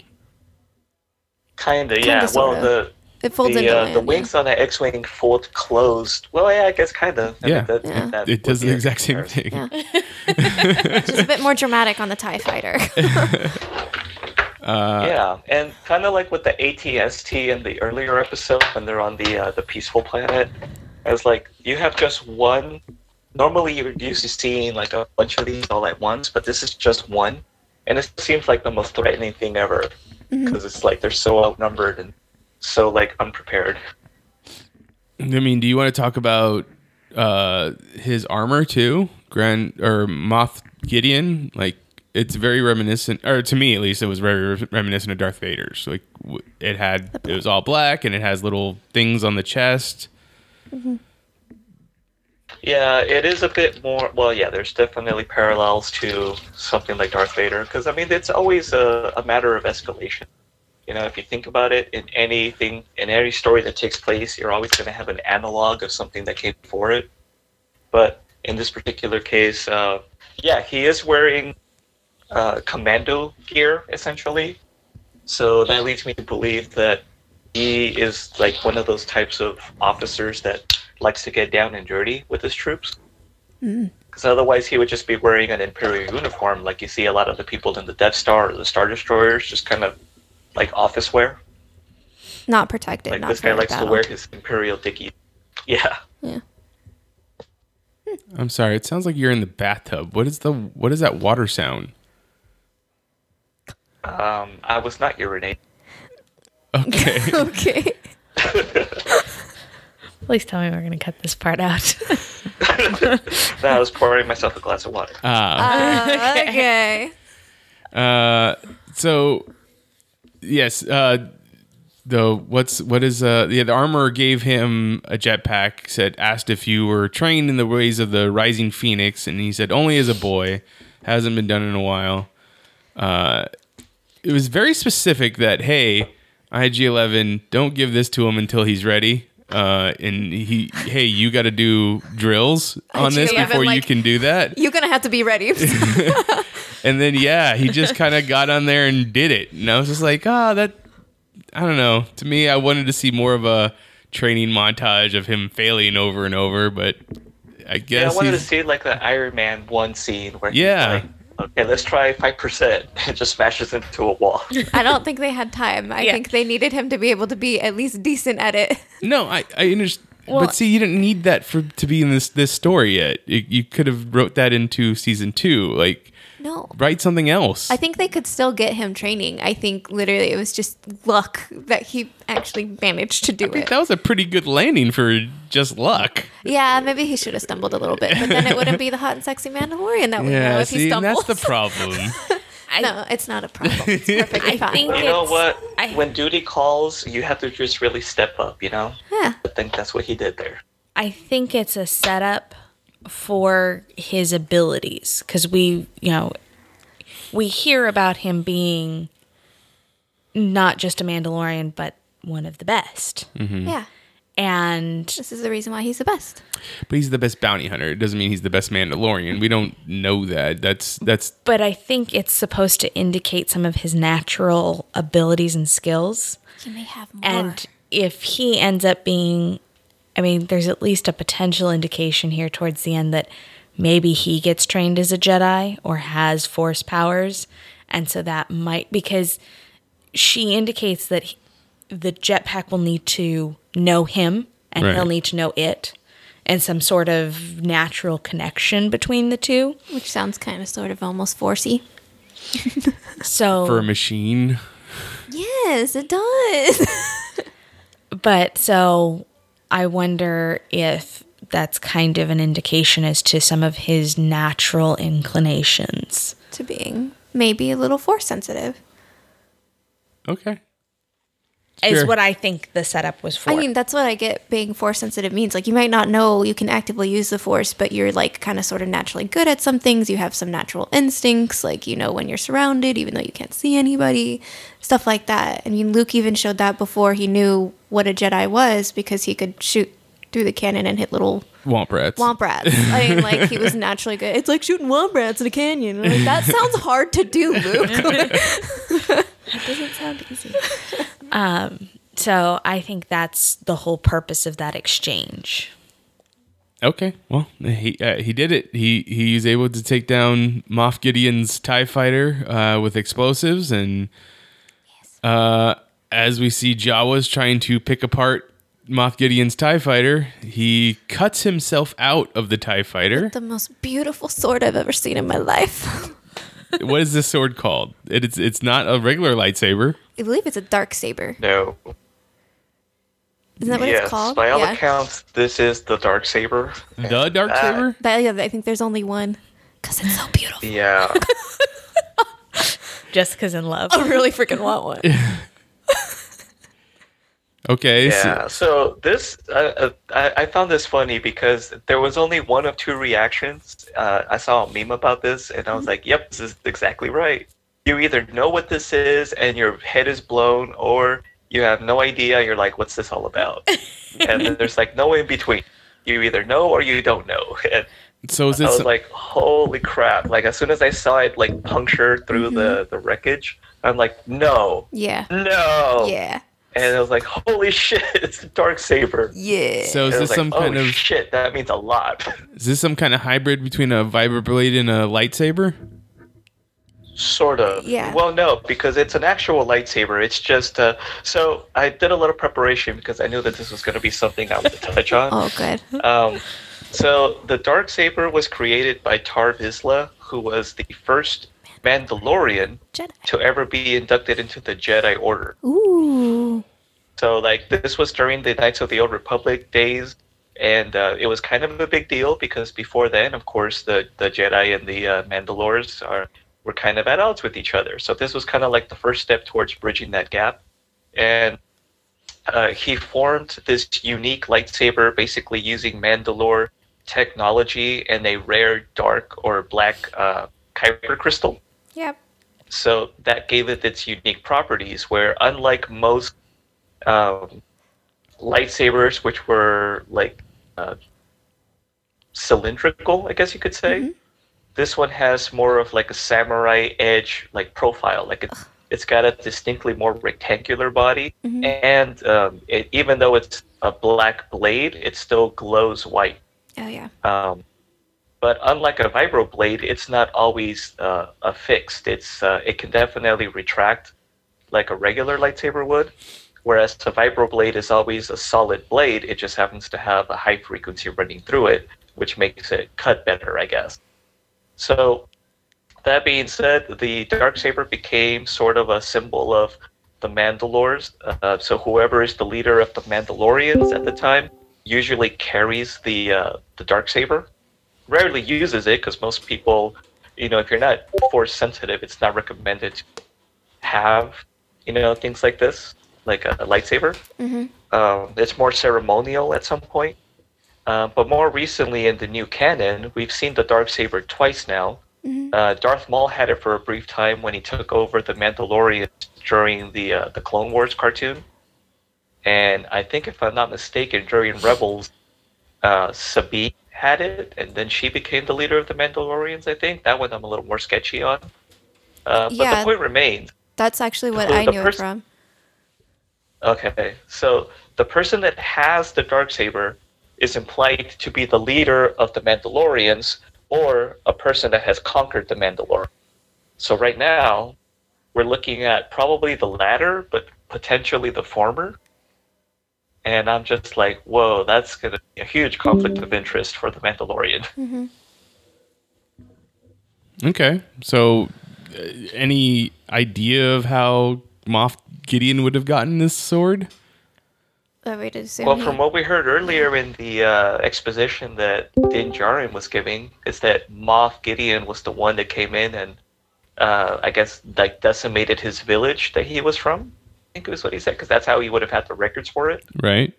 kind of. Yeah. sorta. Well, the It folds the, into uh, land. the yeah. wings on the X-wing fold closed. Well, yeah, I guess kind of. Yeah. Yeah. It does the exact same thing. Yeah. It's just a bit more dramatic on the Tie Fighter. yeah, and kind of like with the ATST in the earlier episode when they're on the uh, the peaceful planet, I was like, you have just one. Normally, you're used to seeing like a bunch of these all at once, but this is just one, and it seems like the most threatening thing ever because it's like they're so outnumbered and so like unprepared. I mean, do you want to talk about uh his armor too? Grand or Moth Gideon? Like it's very reminiscent or to me at least it was very re- reminiscent of Darth Vader's. Like w- it had it was all black and it has little things on the chest. Yeah, it is a bit more. Well, yeah, there's definitely parallels to something like Darth Vader, because I mean, it's always a, a matter of escalation. You know, if you think about it, in anything, in any story that takes place, you're always going to have an analog of something that came before it. But in this particular case, uh, yeah, he is wearing uh, commando gear essentially. So that leads me to believe that he is like one of those types of officers that likes to get down and dirty with his troops. Because otherwise, he would just be wearing an Imperial uniform, like you see a lot of the people in the Death Star or the Star Destroyers, just kind of like office wear. not protected. Like not this guy for likes to battle. wear his Imperial dickies. Yeah. Yeah. I'm sorry. It sounds like you're in the bathtub. What is the what is that water sound? Um, I was not urinating. Okay. Okay. Please tell me we're going to cut this part out. No, I was pouring myself a glass of water. okay. Uh, so yes, uh the what's what is uh yeah, the armorer gave him a jetpack, said asked if you were trained in the ways of the rising phoenix, and he said only as a boy. Hasn't been done in a while. Uh it was very specific that hey, IG eleven, don't give this to him until he's ready. Uh, and he, hey, you got to do drills on this IG-11, before you like- can do that. You're gonna have to be ready. And then yeah, he just kind of got on there and did it. And I was just like, ah, that I don't know. To me, I wanted to see more of a training montage of him failing over and over, but Yeah, I I guess wanted to he's- see like the Iron Man one scene where he's Yeah. like, okay, let's try five percent and just smashes into a wall. I don't think they had time. I Yeah. think they needed him to be able to be at least decent at it. No, I I understand. Well- but see, you didn't need that for to be in this this story yet. You, you could have wrote that into season two, like No. write something else. I think they could still get him training. I think literally it was just luck that he actually managed to do it. that was a pretty good landing for just luck. Yeah, maybe he should have stumbled a little bit, but then it wouldn't be the hot and sexy Mandalorian that we know if he see, and stumbles. that's the problem. no, it's not a problem. It's perfectly I fine. think You know it's- what? I- when duty calls, you have to just really step up. You know, yeah. I think that's what he did there. I think it's a setup for his abilities because we, you know, we hear about him being not just a Mandalorian, but one of the best. Yeah. And This is the reason why he's the best. But he's the best bounty hunter. It doesn't mean he's the best Mandalorian. We don't know that. That's that's but I think it's supposed to indicate some of his natural abilities and skills. He may have more. And if he ends up being, I mean, there's at least a potential indication here towards the end that maybe he gets trained as a Jedi or has force powers. And so that might, because she indicates that he- the jetpack will need to know him and Right. he'll need to know it and some sort of natural connection between the two. which sounds kind of sort of almost forcey. So for a machine. Yes, it does. But so I wonder if that's kind of an indication as to some of his natural inclinations. to being maybe a little force sensitive. Okay. Is Sure. what I think the setup was for. I mean, that's what I get being force sensitive means. Like, you might not know you can actively use the force, but you're like kind of sort of naturally good at some things. You have some natural instincts, like, you know, when you're surrounded, even though you can't see anybody, stuff like that. I mean, Luke even showed that before he knew what a Jedi was because he could shoot through the cannon and hit little Womp rats. womp rats. I mean, like, he was naturally good. It's like shooting womp rats in a canyon. Like, that sounds hard to do, Luke. doesn't sound easy. um, so I think that's the whole purpose of that exchange. Okay. Well, he uh, he did it. He he was able to take down Moff Gideon's Tie Fighter uh, with explosives, and uh, as we see Jawas trying to pick apart Moff Gideon's Tie Fighter, he cuts himself out of the Tie Fighter. the most beautiful sword I've ever seen in my life. what is this sword called? It, it's it's not a regular lightsaber. I believe it's a dark saber. No. Isn't that what yes. it's called? By all yeah. accounts, this is the dark saber. The dark saber. But yeah, I think there's only one because it's so beautiful. Yeah. Jessica's in love. I really freaking want one. Okay. so- Yeah. So this, uh, uh, I, I found this funny because there was only one of two reactions. Uh, I saw a meme about this, and I Mm-hmm. was like, "Yep, this is exactly right." You either know what this is, and your head is blown, or you have no idea. You're like, "What's this all about?" and then there's like no in between. You either know or you don't know. And so is I this was like, "Holy crap!" Like as soon as I saw it, like puncture through Mm-hmm. the the wreckage, I'm like, "No, Yeah. no!" Yeah. And I was like, "Holy shit! It's a dark saber." Yeah. so is It this was like, some oh, kind of shit? That means a lot. is this some kind of hybrid between a vibroblade and a lightsaber? sort of. Yeah. Well, no, because it's an actual lightsaber. It's just uh, so Uh-huh. I did a little preparation because I knew that this was going to be something I would touch on. oh, good. Um, So the dark saber was created by Tar Vizsla, who was the first Mandalorian Jedi. to ever be inducted into the Jedi Order. Ooh. So like this was during the Knights of the Old Republic days, and uh, it was kind of a big deal because before then, of course, the the Jedi and the uh, Mandalores are were kind of at odds with each other. So this was kind of like the first step towards bridging that gap, and. Uh, he formed this unique lightsaber basically using Mandalore technology and a rare dark or black uh, Kyber crystal. Yep. So that gave it its unique properties, where unlike most um, lightsabers, which were like uh, cylindrical, I guess you could say, this one has more of like a samurai edge like profile. Like it's it's got a distinctly more rectangular body, and um, it, even though it's a black blade, it still glows white. Oh yeah. Um, but unlike a vibroblade, it's not always uh, affixed. It's uh, it can definitely retract like a regular lightsaber would, whereas the vibroblade is always a solid blade. It just happens to have a high frequency running through it, which makes it cut better, I guess. So that being said, the dark saber became sort of a symbol of the Mandalores. Uh, so whoever is the leader of the Mandalorians at the time usually carries the uh, the dark saber. Rarely uses it because most people, you know, if you're not force sensitive, it's not recommended to have, you know, things like this, like a, a lightsaber. Um, it's more ceremonial at some point. Uh, but more recently in the new canon, we've seen the dark saber twice now. Uh, Darth Maul had it for a brief time when he took over the Mandalorian during the uh, the Clone Wars cartoon, and I think if I'm not mistaken, during Rebels, uh, Sabine had it, and then she became the leader of the Mandalorians. I think that one I'm a little more sketchy on. Uh, but Yeah. the point remains. That's actually what The- I the knew it pers- from. Okay, so the person that has the dark saber is implied to be the leader of the Mandalorians or a person that has conquered the Mandalore. So right now, we're looking at probably the latter, but potentially the former. And I'm just like, whoa, that's gonna be a huge conflict of interest for the Mandalorian. Okay. So, uh, any idea of how Moff Gideon would have gotten this sword? That we just assume Well, he- from what we heard earlier in the uh, exposition that Din Djarin was giving, is that Moff Gideon was the one that came in and, uh, I guess, like decimated his village that he was from. I think it was what he said, because that's how he would have had the records for it. Right.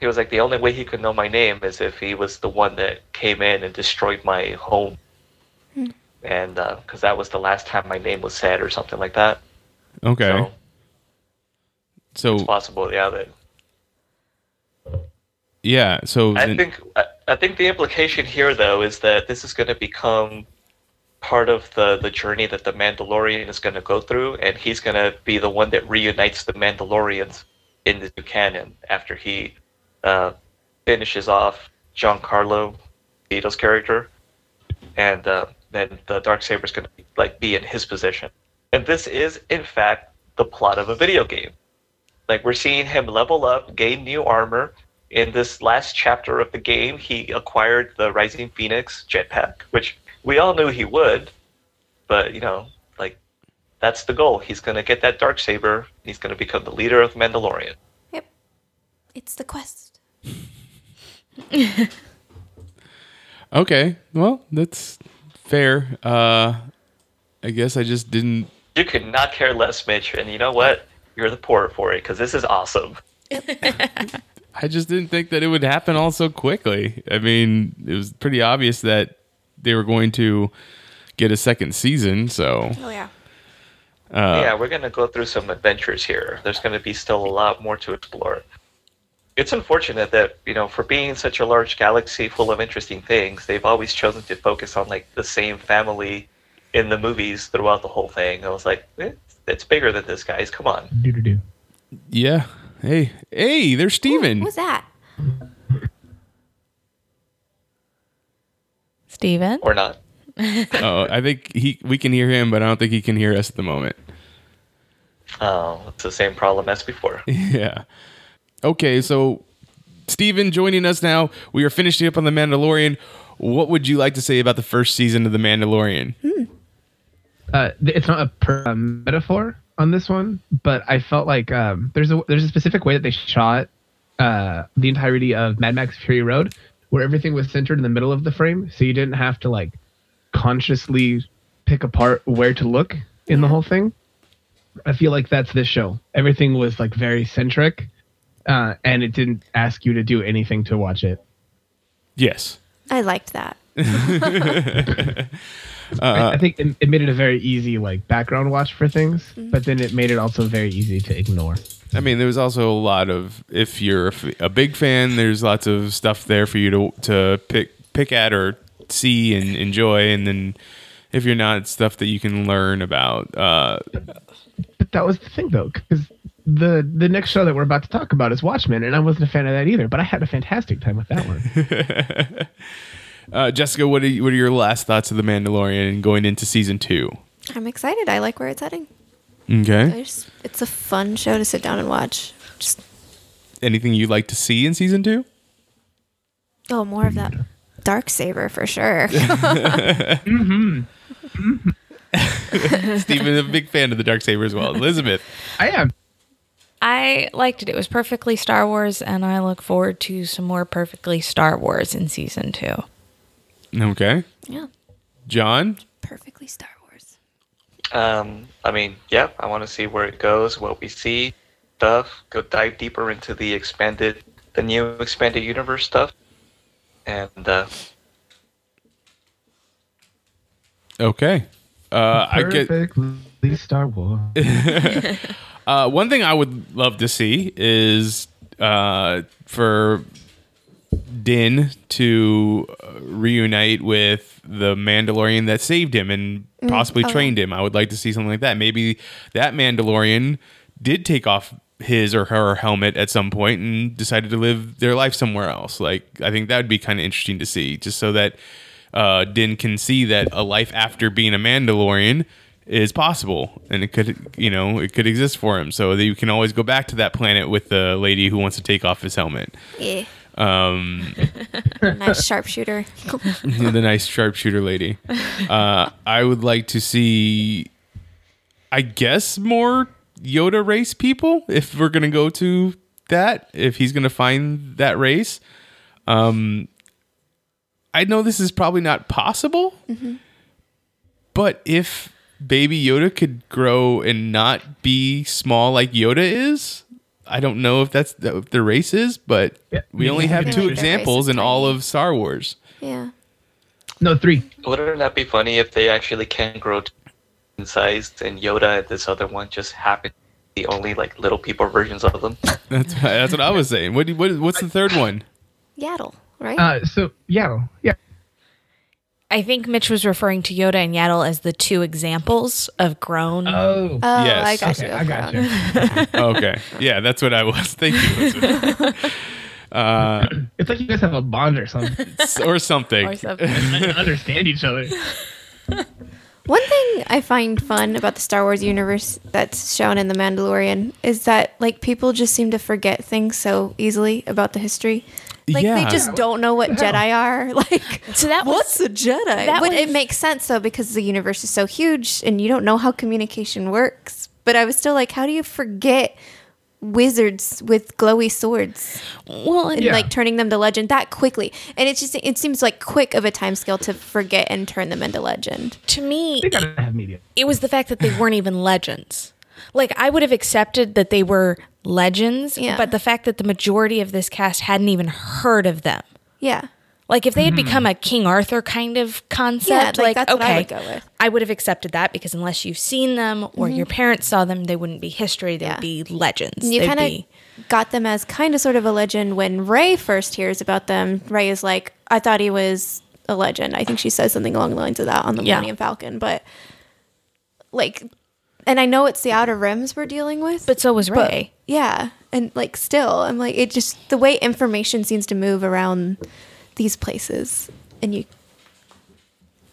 He was like, the only way he could know my name is if he was the one that came in and destroyed my home, and because that was the last time my name was said or something like that. Okay. So So, it's possible, yeah, that yeah. So I then- think I- I think the implication here, though, is that this is going to become part of the the journey that the Mandalorian is going to go through, and he's going to be the one that reunites the Mandalorians in the new canon after he uh, finishes off Giancarlo Vito's character, and uh, then the dark saber is going to like be in his position. And this is, in fact, the plot of a video game. Like we're seeing him level up, gain new armor. In this last chapter of the game, he acquired the Rising Phoenix jetpack, which we all knew he would, but you know, like that's the goal. He's gonna get that dark saber. He's gonna become the leader of Mandalorian. Yep. It's the quest. okay. Well, that's fair. Uh, I guess I just didn't. You could not care less, Mitch, and you know what? You're the poorer for it because this is awesome. I just didn't think that it would happen all so quickly. I mean, it was pretty obvious that they were going to get a second season. So, Oh yeah. yeah, we're gonna go through some adventures here. There's gonna be still a lot more to explore. It's unfortunate that you know, for being such a large galaxy full of interesting things, they've always chosen to focus on like the same family in the movies throughout the whole thing. I was like, eh, it's bigger than this, guys. Come on. Do do do. yeah. Hey, hey, there's Steven. What was that? Steven? or not. Oh, I think he we can hear him, but I don't think he can hear us at the moment. Um, Oh, it's the same problem as before. Yeah. Okay, so Steven joining us now. We are finishing up on The Mandalorian. What would you like to say about the first season of The Mandalorian? uh, th- it's not a per- a metaphor on this one, but I felt like um, there's a there's a specific way that they shot uh, the entirety of Mad Max Fury Road, where everything was centered in the middle of the frame, so you didn't have to like consciously pick apart where to look in the whole thing. I feel like that's this show. Everything was like very centric, uh, and it didn't ask you to do anything to watch it. Yes. I liked that. I- I think it, it made it a very easy like background watch for things, but then it made it also very easy to ignore. I mean, there was also a lot of if you're a, f- a big fan, there's lots of stuff there for you to to pick pick at or see and enjoy, and then if you're not, it's stuff that you can learn about. Uh, But that was the thing though, because the the next show that we're about to talk about is Watchmen, and I wasn't a fan of that either. But I had a fantastic time with that one. uh, Jessica, what are you, what are your last thoughts of the Mandalorian and going into season two? I'm excited. I like where it's heading. I Okay, just, it's a fun show to sit down and watch. Just anything you'd like to see in season two? oh, more of that dark saber for sure. Steven's a big fan of the dark saber as well. Elizabeth, I am. I liked it. It was perfectly Star Wars, and I look forward to some more perfectly Star Wars in season two. okay, yeah, John, perfectly Star Wars. Um, I mean, yeah, I want to see where it goes, what we see, stuff. Go dive deeper into the expanded, the new expanded universe stuff, and uh, okay. Uh, I get Perfectly Star Wars. Uh, one thing I would love to see is uh, for Din to uh, reunite with the Mandalorian that saved him and possibly trained him. I would like to see something like that. Maybe that Mandalorian did take off his or her helmet at some point and decided to live their life somewhere else. Like I think that would be kind of interesting to see, just so that uh, Din can see that a life after being a Mandalorian is possible and it could you know it could exist for him so that you can always go back to that planet with the lady who wants to take off his helmet Yeah, um nice sharpshooter. the nice sharpshooter lady uh i would like to see i guess more yoda race people if we're gonna go to that if he's gonna find that race um i know this is probably not possible but if baby yoda could grow and not be small like yoda is i don't know if that's if the race is but Yeah. we only have Yeah, two their race is examples in all tiny. of star wars yeah, No three. wouldn't that be funny if they actually can grow to in size and Yoda and this other one just happen to be the only like little people versions of them? That's what, that's what I was saying. What, do you- what what's the third one? Yaddle, right? Uh, so yeah, yeah. I think Mitch was referring to Yoda and Yaddle as the two examples of grown. Oh, oh, yes. I got okay, you. I got you. Okay, yeah, that's what I was. Thank you, Elizabeth. uh, It's like you guys have a bond or something. s- or something. or something. You understand each other. One thing I find fun about the Star Wars universe that's shown in The Mandalorian is that like people just seem to forget things so easily about the history. Like Yeah. they just don't know what Jedi are. Like So that was- what's a Jedi? that but was- it makes sense though because the universe is so huge and you don't know how communication works. But I was still like, how do you forget wizards with glowy swords Well, and and like turning them to legend that quickly? And it's just it seems like quick of a time scale to forget and turn them into legend. to me, They gotta have media. it was the fact that they weren't even legends. Like I would have accepted that they were legends, Yeah. but the fact that the majority of this cast hadn't even heard of them. Yeah. Like if they had become a King Arthur kind of concept, Yeah, like, like, that's okay, what I would go with. I would have accepted that because unless you've seen them or your parents saw them, they wouldn't be history. They Yeah. would be legends. you They'd kind be- of got them as kind of sort of a legend when Ray first hears about them. Ray is like, I thought he was a legend. I think she says something along the lines of that on the Yeah. Millennium Falcon, but like, and I know it's the Outer Rims we're dealing with, but so was but- Ray. yeah, and like still, I'm like, it just the way information seems to move around these places, and you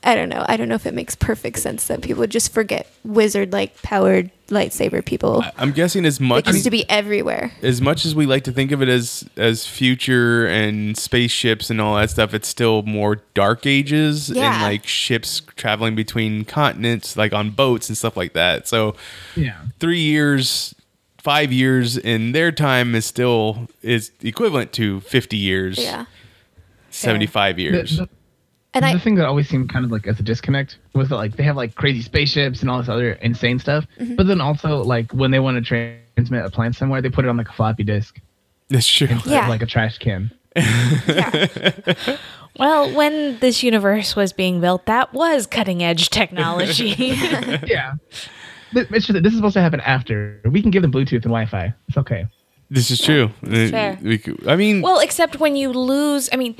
I don't know. I don't know if it makes perfect sense that people just forget wizard like powered lightsaber people. I'm guessing as It much used to be everywhere. as much as we like to think of it as as future and spaceships and all that stuff, it's still more dark ages and Yeah. like ships traveling between continents, like on boats and stuff like that. So Yeah. three years, five years in their time is still is equivalent to fifty years, Yeah. seventy five The, years. the, And the I thing that always seemed kind of like as a disconnect was that like they have like crazy spaceships and all this other insane stuff, but then also like when they want to transmit a plan somewhere, they put it on like a floppy disk, That's true. instead of, Yeah. like a trash can. yeah. Well, when this universe was being built, that was cutting edge technology. yeah. Th- It's just, that this is supposed to happen after. We can give them Bluetooth and Wi-Fi. It's okay. This is true. Uh, fair. we could- I mean, well, except when you lose, I mean,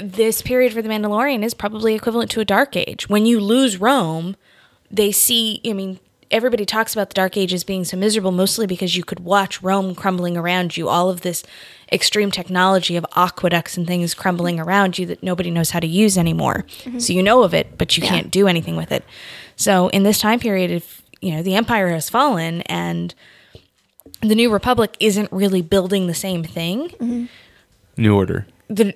this period for the Mandalorian is probably equivalent to a dark age. When you lose Rome, they see, I mean, everybody talks about the dark age as being so miserable mostly because you could watch Rome crumbling around you, all of this extreme technology of aqueducts and things crumbling around you that nobody knows how to use anymore. So you know of it, but you can't do anything with it. So in this time period if, you know, the empire has fallen and the new republic isn't really building the same thing New Order. the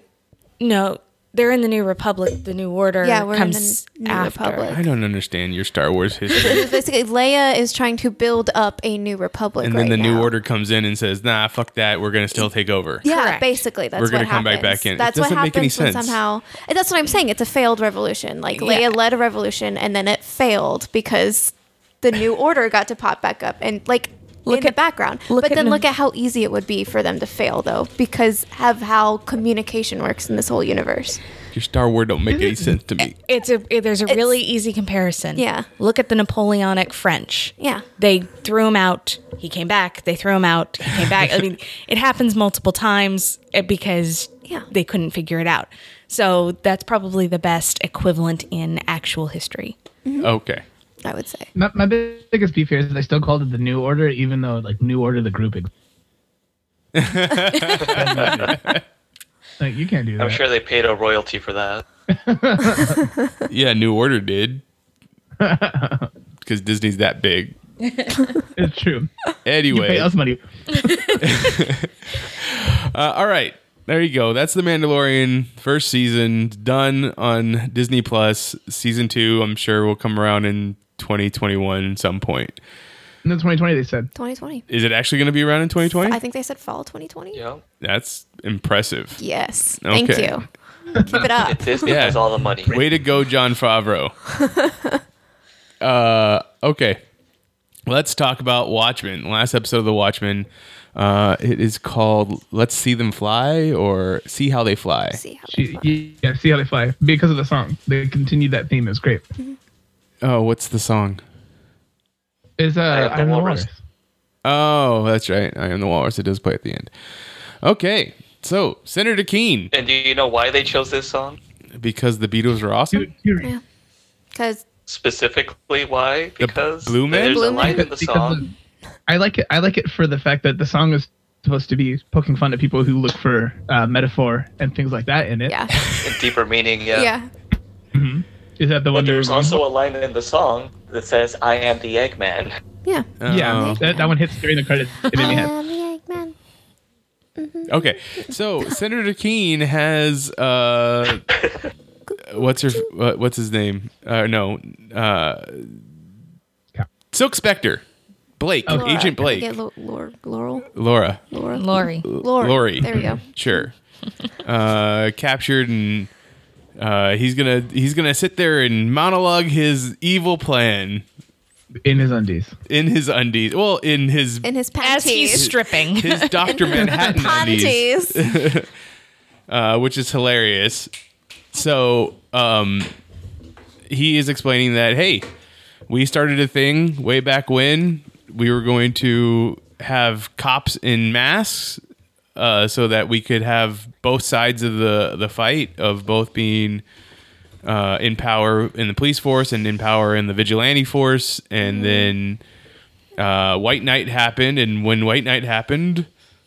no they're in the new republic the new order Yeah, we're in comes the New after. Republic. I don't understand your Star Wars history. Basically, Leia is trying to build up a new republic. and then right the new now. order comes in and says, "Nah, fuck that. We're gonna still take over." Yeah, Correct. basically that's We're gonna what come back happens. back in. It That's what doesn't happens make any when sense. somehow. and That's what I'm saying. It's a failed revolution. Like Yeah. Leia led a revolution and then it failed because the new order got to pop back up and like Look in the at- background. look But at then Nam- look at how easy it would be for them to fail though, because of how communication works in this whole universe. Your Star Wars don't make Mm-hmm. any sense to me. it's a it- there's a really easy comparison Yeah. look at the napoleonic french Yeah. they threw him out he came back they threw him out he came back i mean it happens multiple times eh, because Yeah. they couldn't figure it out so that's probably the best equivalent in actual history Okay. I would say. My, my big- biggest beef here is they still called it the New Order, even though like New Order the group. ex- like you can't do that. I'm sure they paid a royalty for that. Yeah, New Order did. Because Disney's that big. It's true. Pay Anyway, us money. uh, all right. There you go. That's The Mandalorian first season done on Disney Plus. Season 2, I'm sure will come around in 2021 at some point. In 2020, they said. 2020. Is it actually going to be around in 2020? I think they said fall 2020. You know, That's impressive. Yes. Okay. Thank you. Keep it up. this Yeah. yeah. all the money. Way to go, John Favreau. uh, okay. Let's talk about Watchmen. Last episode of The Watchmen. Uh, it is called Let's See Them Fly or See How They Fly. See how She- yeah, see how they fly because of the song. They continued that theme. It was great. Oh, what's the song? Is uh, am the I'm the Walrus. Walrus. Oh, that's right. I am the Walrus. It does play at the end. Okay. So, Senator Keene, And do you know why they chose this song? because the Beatles were You- awesome. you're- because Specifically, why? Because Blue Man? there's Blue a line Man? in the song. of- I like it. I like it for the fact that the song is supposed to be poking fun at people who look for uh, metaphor and things like that in it. Is yeah. and deeper meaning, yeah. Yeah. But that the one? you were there's going also a line in the song that says, I am the Eggman. Yeah. for? yeah. uh, Oh. That, that one hits during the credits. It made me happy. I'm the Um, Eggman. Okay, so Senator Keene has uh, what's her what- what's his name? Uh, no, uh, Cap. Silk Spectre, Blake, Okay. Um, Agent Laura. Blake, Can we Get Laura, Laurel. Laura, Laura. lori Lori. Lori. There we go. Sure, uh, captured and uh, he's gonna he's gonna sit there and monologue his evil plan in his undies. in his undies. Well, in his In his as he's panties. stripping his Doctor Manhattan undies. Panties. uh, which is hilarious. So um, he is explaining that hey, we started a thing way back when we were going to have cops in masks uh, so that we could have both sides of the the fight of both being uh, in power in the police force and in power in the vigilante force, and then uh, White Knight happened, and when White Knight happened.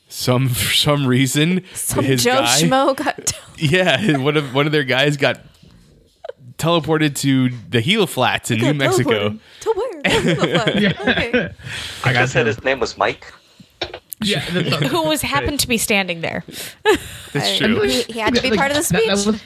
Some for some reason, Some Joe Schmo got yeah, one of one of their guys got teleported to the Gila Flats in New Mexico. To where? Okay. I I said his name was Mike. Yeah, that's- Who was happened to be standing there? That's And true. He, he had to be Like, part of the that- speech. that was-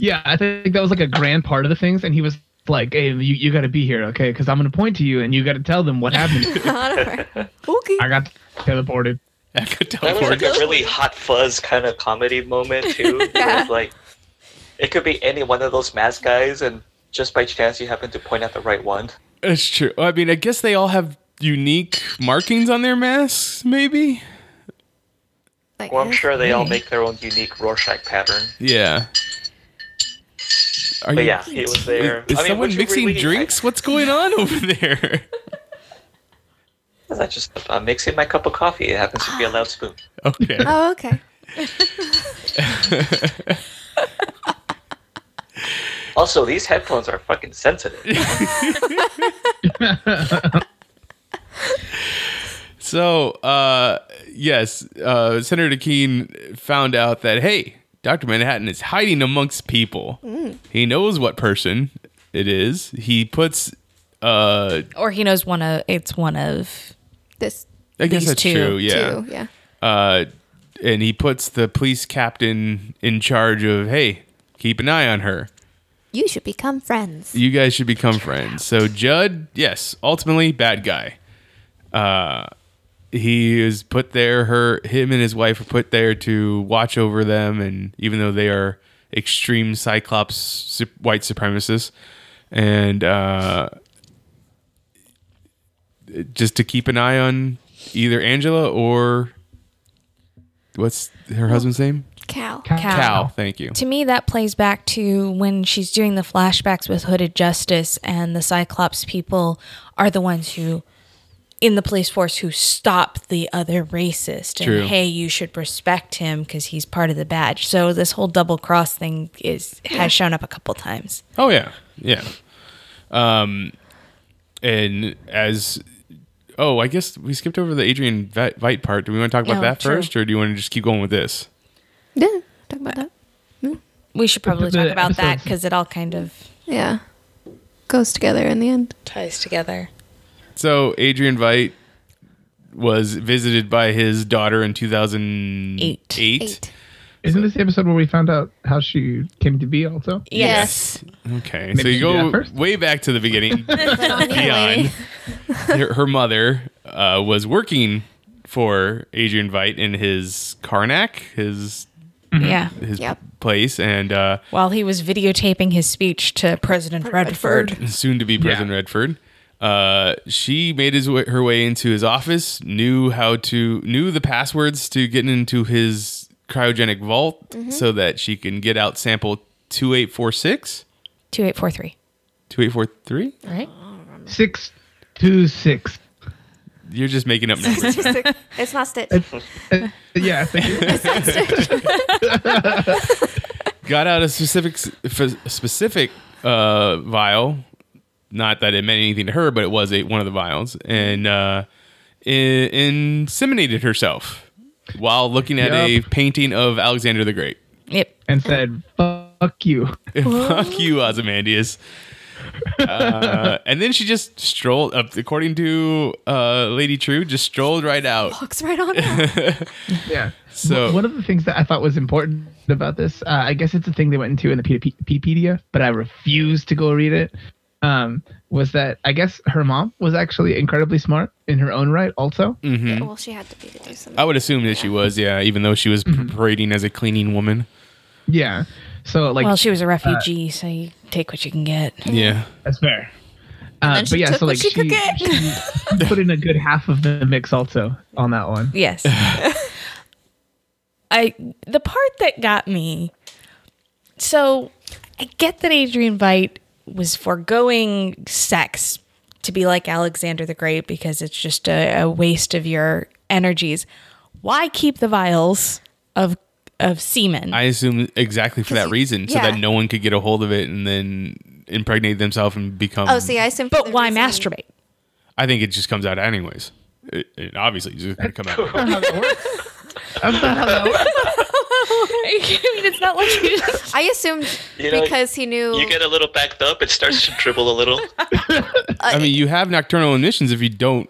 yeah, I think that was like a grand part of the things, and he was like, "Hey, you, you got to be here, okay? Because I'm gonna point to you, and you got to tell them what happened. okay. I got teleported. I could That was like teleport. a really hot fuzz kind of comedy moment too. where it's like it could be any one of those mask guys, and just by chance you happen to point out the right one. That's true. I mean, I guess they all have unique markings on their masks, maybe. Like, Well, I'm eh. sure they all make their own unique Rorschach pattern. Yeah. Are But you- yeah, he was there. Is I mean, someone would you mixing really- drinks? What's going on over there? I, I just I'm mixing my cup of coffee. It happens to be a loud spoon. Okay. Oh, okay. Also, these headphones are fucking sensitive. So, uh, yes, uh, Senator Keene found out that, hey, Dr. Manhattan is hiding amongst people. Mm. He knows what person it is. He puts, uh, Or he knows one of it's one of This I guess These that's two. true. Yeah. too. Yeah. Uh, and he puts the police captain in charge of, hey, keep an eye on her. You should become friends. You guys should become friends. So Judd, yes, ultimately bad guy. Uh, he is put there. Her, him, and his wife are put there to watch over them. And even though they are extreme Cyclops su- white supremacists, and uh, just to keep an eye on either Angela or what's her husband's name? Cal. Cal. Cal. Thank you. To me, that plays back to when she's doing the flashbacks with Hooded Justice, and the Cyclops people are the ones who, in the police force, who stop the other racist. And True. hey, you should respect him because he's part of the badge. So this whole double cross thing is has shown up a couple times. Oh yeah, yeah. Um, and as oh, I guess we skipped over the Adrian Vi- Veidt part. Do we want to talk about Oh, that true. first, or do you want to just keep going with this? Yeah. Talk about that. We should probably the talk about that episodes- because it all kind of Yeah. Goes together in the end. ties together. So Adrian Veidt was visited by his daughter in 2008. Eight. Isn't this the episode where we found out how she came to be? Also, Yes. Okay, so Maybe you we do that go first? way back to the beginning. Anyway. Beyond, her, her mother uh, was working for Adrian Veidt in his Karnak, his Yeah. his Yep. place, and uh, While he was videotaping his speech to President Redford. soon to be President Yeah. Redford. Uh, she made his way, her way into his office, knew how to knew the passwords to getting into his cryogenic vault Mm-hmm. so that she can get out sample 2846 2843. 2843. Right? six two six. You're just making up numbers. It's not Stitch. Uh, yeah, thank you. Got out a specific s- f- specific uh, vial. Not that it meant anything to her, but it was a, one of the vials, and uh, i- inseminated herself while looking at a Yup. painting of Alexander the Great. Yep. and said, "Fuck you." Fuck you, Ozymandias. uh, and then she just strolled up, according to uh, Lady True, just strolled right out. Hooks right on. out. Yeah. So- one of the things that I thought was important about this, uh, I guess it's a thing they went into in the P- P- Pedia, but I refuse to go read it. Um, was that I guess her mom was actually incredibly smart in her own right, also. Yeah, well, she had to be to do something. I would assume that she was, yeah, even though she was Mm-hmm. parading as a cleaning woman. Yeah. So like well, she was a refugee, so you take what you can get. Yeah. that's fair. Uh, then she took what she could get. she put in a good half of the mix also on that one. Yes. I the part that got me. So I get that Adrian Veidt was foregoing sex to be like Alexander the Great because it's just a, a waste of your energies. Why keep the vials of of semen? I assume exactly for that you- reason, so that yeah. no one could get a hold of it and then impregnate themselves and become. Oh, see, I assume. but why masturbate? I think it just comes out anyways. Uh, It, it obviously, it's just going to come out. That's not how that works. I mean, it's not like you just. I assumed You know, because he knew. You get a little backed up. It starts to dribble a little. I mean, you have nocturnal emissions if you don't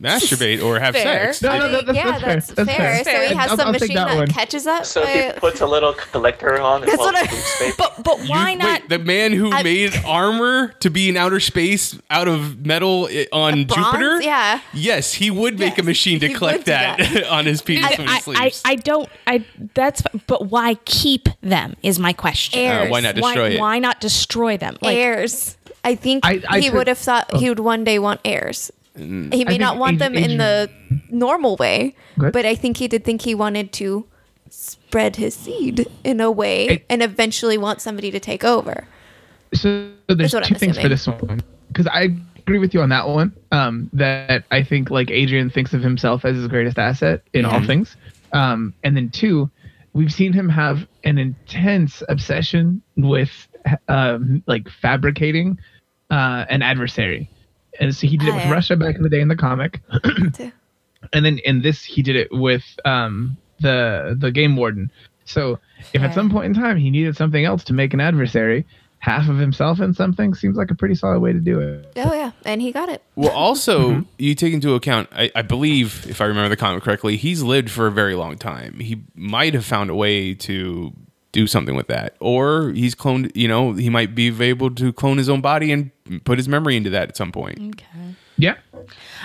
masturbate or have Fair. sex. No, no, I that- mean, Oh, yeah, that's, fair. So he has I'll- some I'll take machine that that, one. catches up. So he with- puts a little collector on. and That's falls what I- asleep space. But but You- why wait, not? the man who I- made armor to be in outer space out of metal i- on Bronze? Jupiter? Yeah. Yes, he would make a Yes, machine to he collect would do that, on his penis I, when he I, I, sleeps. I don't I that's but why keep them is my question. Heirs. Uh, why not destroy why, it? why not destroy them? Like heirs. I think I- I he could- would have thought he would one day want heirs. He may think not want Adri- them in the normal way, Good. but I think he did think he wanted to spread his seed in a way It- and eventually want somebody to take over. so, so there's That's what two I'm things for assuming. this one because I agree with you on that one. Um, that I think like Adrian thinks of himself as his greatest asset in all things. Um, and then two, we've seen him have an intense obsession with um, like fabricating uh, an adversary, and so he did it with Ah, yeah. Russia back in the day in the comic, and then in this he did it with um, the the game warden. So if at some point in time he needed something else to make an adversary, half of himself in something seems like a pretty solid way to do it. Oh yeah, and he got it. well, also, you take into account, I, I believe, if I remember the comic correctly, he's lived for a very long time. He might have found a way to do something with that. Or he's cloned, you know, he might be able to clone his own body and put his memory into that at some point. Yeah.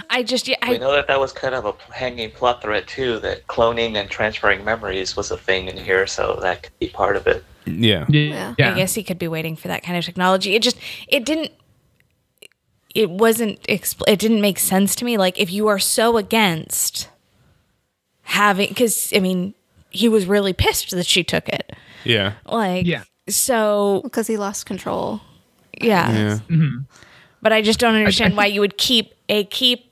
I just yeah, We I, know that that was kind of a hanging plot thread too. That cloning and transferring memories was a thing in here, so that could be part of it. Yeah. Yeah. I guess he could be waiting for that kind of technology. It just it didn't it wasn't expl- it didn't make sense to me like if you are so against having cuz I mean he was really pissed that she took it. Yeah. Like Yeah. so Because he lost control. yeah. Yeah. But I just don't understand I why you would keep a keep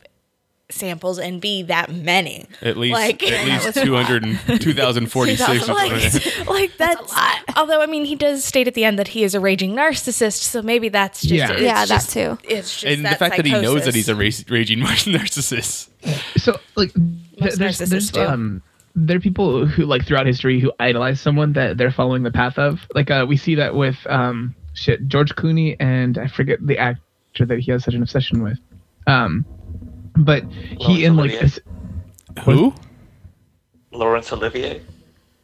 samples and be that many. At least, Like- at That least 200 and 2,046. like, like that's, although I mean he does state at the end that he is a raging narcissist, so maybe that's just Yeah. it's yeah, just- that too. It's just and the that fact that he knows that psychosis. he's a race, raging narcissist. So like th- there's, narcissists there's do. um there are people who like throughout history who idolize someone that they're following the path of. Like uh, we see that with um shit George Clooney and I forget the actor that he has such an obsession with. Um but he in like Olivier. this- Who? Laurence Olivier.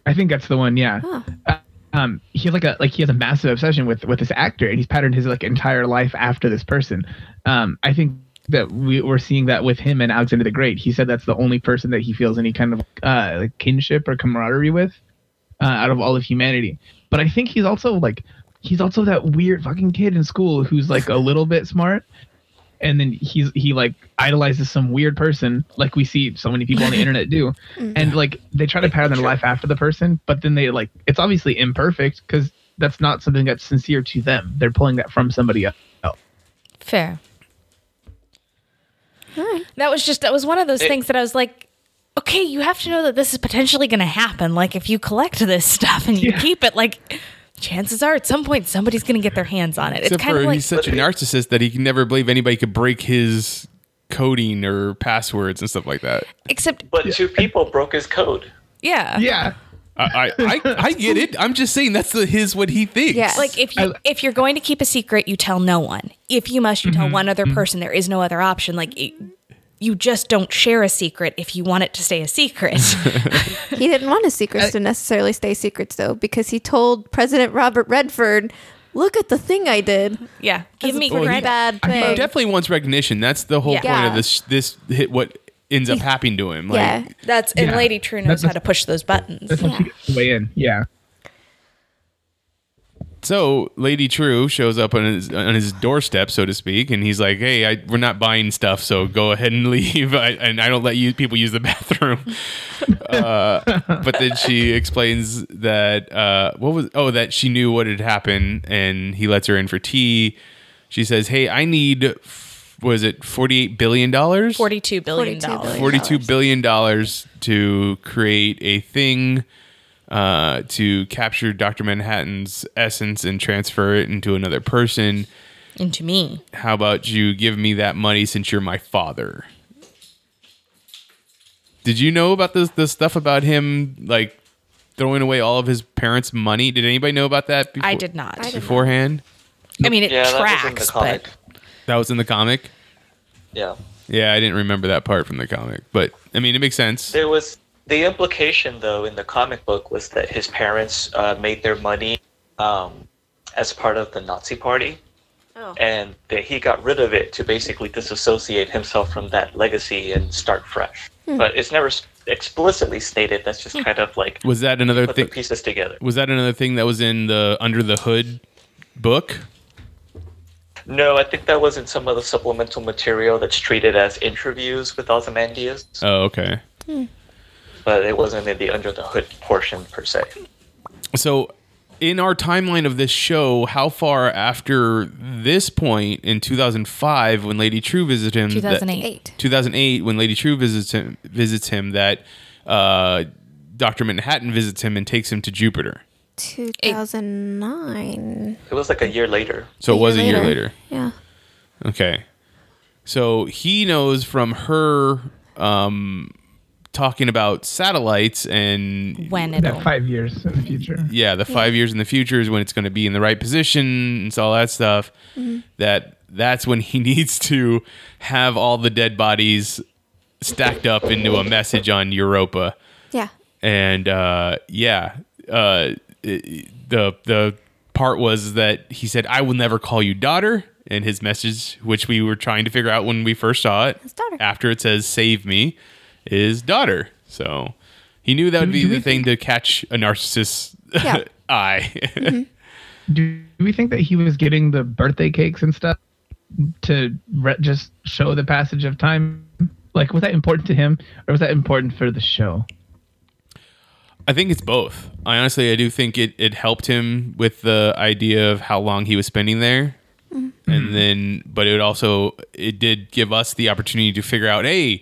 I think that's the one, yeah. Uh, Um, he has like a like he has a massive obsession with with this actor, and he's patterned his like entire life after this person. Um, I think that we, we're seeing that with him and Alexander the Great. He said that's the only person that he feels any kind of uh, like kinship or camaraderie with uh, out of all of humanity. But I think he's also like he's also that weird fucking kid in school who's like a little bit smart, and then he's he like idolizes some weird person like we see so many people on the internet do and like they try to pattern their life after the person but then they like it's obviously imperfect because that's not something that's sincere to them they're pulling that from somebody else fair. That was just that was one of those It- things that I was like, okay, you have to know that this is potentially going to happen. Like if you collect this stuff and you Yeah. keep it, like chances are at some point somebody's going to get their hands on it. It's Except kind for of like he's such a narcissist that he can never believe anybody could break his coding or passwords and stuff like that. except But two people broke his code. yeah yeah I, I, I, I get it. I'm just saying that's the, his what he thinks. Yeah. like if you if you're going to keep a secret you tell no one if you must you Mm-hmm. tell one other person there is no other option like it, you just don't share a secret if you want it to stay a secret He didn't want his secrets to necessarily stay secrets though, because he told President Robert Redford, "Look at the thing I did. yeah give me Pretty credit bad he thing." definitely wants recognition. That's the whole Yeah. point Yeah. of this. This hit what ends up happening to him. Like, yeah, that's and Yeah. lady true knows That's- how to push those buttons that's how she gets the way in yeah So Lady True shows up on his on his doorstep, so to speak, and he's like, "Hey, I, we're not buying stuff, so go ahead and leave." I, and I don't let you people use the bathroom. uh, but then she explains that uh, what was oh that she knew what had happened, and he lets her in for tea. She says, "Hey, I need was it forty eight billion dollars? 42 42 billion dollars billion. Forty-two billion dollars to create a thing uh, to capture Doctor Manhattan's essence and transfer it into another person. and to me How about you give me that money since you're my father? Did you know about this this stuff about him like throwing away all of his parents' money? Did anybody know about that? Before, I did not. I, beforehand. mean, it Yeah, that was in the tracks, Mm, comic. but That was in the comic. Yeah, Yeah, I didn't remember that part from the comic, but I mean, it makes sense. there was the implication though in the comic book was that his parents uh, made their money um, as part of the Nazi Party, Oh. and that he got rid of it to basically disassociate himself from that legacy and start fresh. Hmm. But it's never s- explicitly stated. That's just kind of like Was that another put the thing? pieces together. Was that another thing that was in the Under the Hood book? No, I think that was in some of the supplemental material that's treated as interviews with Ozymandias, Uh. Oh, okay. but it wasn't in the under the hood portion per se. So, in our timeline of this show, how far after this point in 2005 when Lady True visited him? that- 2008. Eight. 2008 when Lady True visits him, visits him that uh, Dr. Manhattan visits him and takes him to Jupiter. 2009. It was like a year later. So it was a year later. Yeah. Okay. So he knows from her um, talking about satellites and when it That five years in the future. yeah, the five years in the future is when it's going to be in the right position and so all that stuff. That that's when he needs to have all the dead bodies stacked up into a message on Europa. Yeah. and uh, yeah, uh, it- the the part was that he said, "I will never call you daughter," and his message, which we were trying to figure out when we first saw it, daughter. after it says "save me," is daughter. So he knew that would be do we the thing to catch a narcissist's Yeah. eye. Do we think that he was getting the birthday cakes and stuff to re- just show the passage of time? Like, was that important to him, or was that important for the show? I think it's both. I honestly, I do think it, it helped him with the idea of how long he was spending there. Mm-hmm. And then, but it also, it did give us the opportunity to figure out, hey,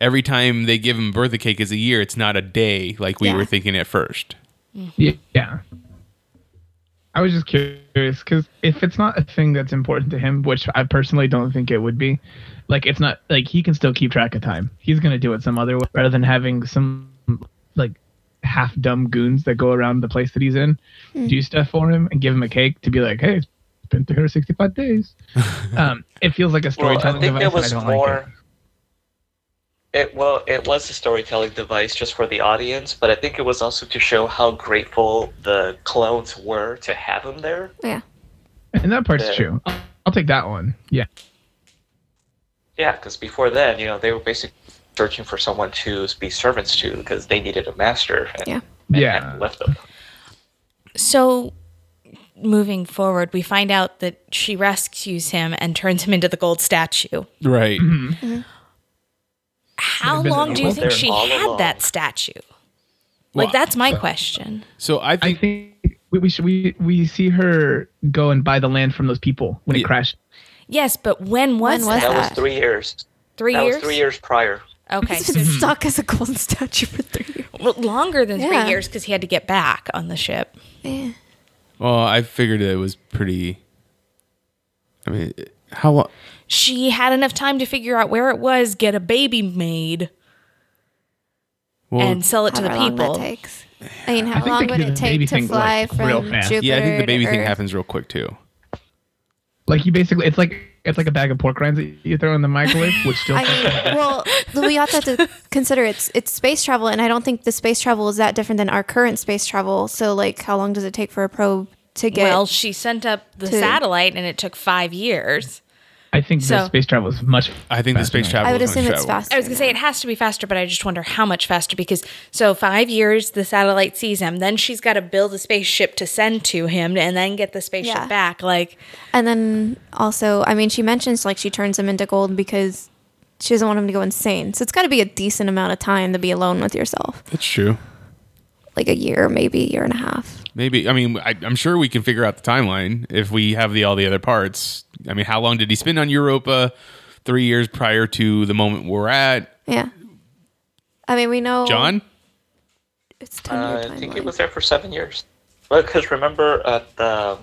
every time they give him birthday cake is a year. It's not a day like we Yeah. were thinking at first. Yeah. yeah. I was just curious because if it's not a thing that's important to him, which I personally don't think it would be, like it's not like he can still keep track of time. He's gonna do it some other way rather than having some like half dumb goons that go around the place that he's in, do stuff for him and give him a cake to be like, hey, it's been 365 days. um, it feels like a Well, I storytelling think device. it and I was don't like more. It well, it was a storytelling device just for the audience, but I think it was also to show how grateful the clones were to have him there. Yeah. it. And that part's Yeah. true. I'll, I'll take that one. Yeah. Yeah, because before then, you know, they were basically searching for someone to be servants to because they needed a master. And, Yeah. and Yeah. hadn't left them. so moving forward, we find out that she rescues him and turns him into the gold statue. Right. Mm-hmm. How been long there do you all think there she all had along. that statue? Well, like that's my question. So I I think, think we, we should we we see her go and buy the land from those people when Yeah. it crashed. Yes, but when was, When was that? That was Sad. three years. Three that years. was three years prior. Okay, He's so been stuck as a golden statue for three years. well, longer than Yeah. three years because he had to get back on the ship. Yeah. well, I figured it was pretty. I mean, how long? She had enough time to figure out where it was, get a baby made, Well, and sell it to the However long that people. takes. I mean, how think long they would do it the baby take to thing, fly like, real from fast. Jupiter? yeah, I think the to baby thing Earth? happens real quick too. Like you basically, it's like it's like a bag of pork rinds that you throw in the microwave, which still I mean, well, we also have to consider it's it's space travel, and I don't think the space travel is that different than our current space travel. So, like, how long does it take for a probe to get? Well, she sent up the To- satellite, and it took five years. I think So- the space travel is much. I think the space travel. I would is gonna assume it's travel. faster. I was gonna say it has to be faster, but I just wonder how much faster because so five years the satellite sees him, then she's got to build a spaceship to send to him, and then get the spaceship Yeah. back. Like And then also, I mean, she mentions like she turns him into gold because she doesn't want him to go insane. So it's got to be a decent amount of time to be alone with yourself, That's true. like a year, maybe a year and a half. Maybe I mean I, I'm sure we can figure out the timeline if we have the all the other parts. I mean, how long did he spend on Europa? Three years prior to the moment we're at. Yeah. I mean, we know John, It's Uh, ten I year think timeline. it was there for seven years. Well, because remember at the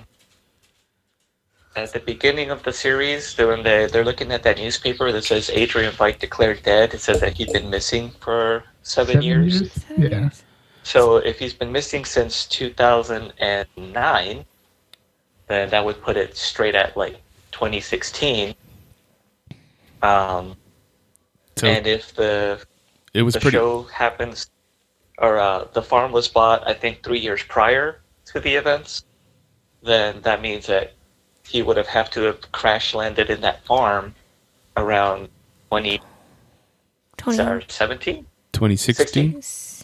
at the beginning of the series, when they they're looking at that newspaper that says Adrian Veidt declared dead, it says that he'd been missing for seven, years. Yeah. So if he's been missing since 2009, then that would put it straight at like 2016. Um, So and if the it was the pretty. show happens, or uh, the farm was bought, I think, three years prior to the events, then that means that he would have had to have crash landed in that farm around 2017, 20. 2016.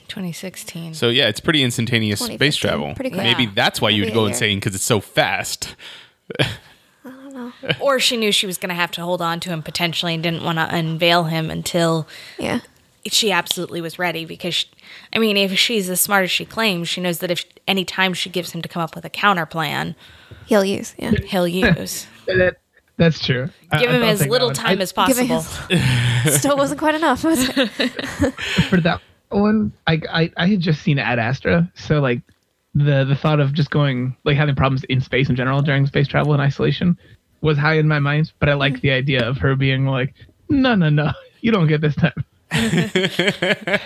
2016. So yeah, it's pretty instantaneous space 2015, travel. pretty quick. Maybe Yeah. that's why Maybe you'd a go year. insane because it's so fast. or she knew she was going to have to hold on to him potentially and didn't want to unveil him until Yeah. she absolutely was ready because she, I mean, if she's as smart as she claims, she knows that if any time she gives him to come up with a counter plan, He'll use. Yeah. he'll use. That, that's true. I- Give I him don't as think little that one- time I- as possible. Still wasn't quite enough. Was it? for that one. I, I I had just seen Ad Astra, so like the the thought of just going like having problems in space in general during space travel and isolation was high in my mind. But I Mm-hmm. like the idea of her being like, no, no, no, you don't get this time.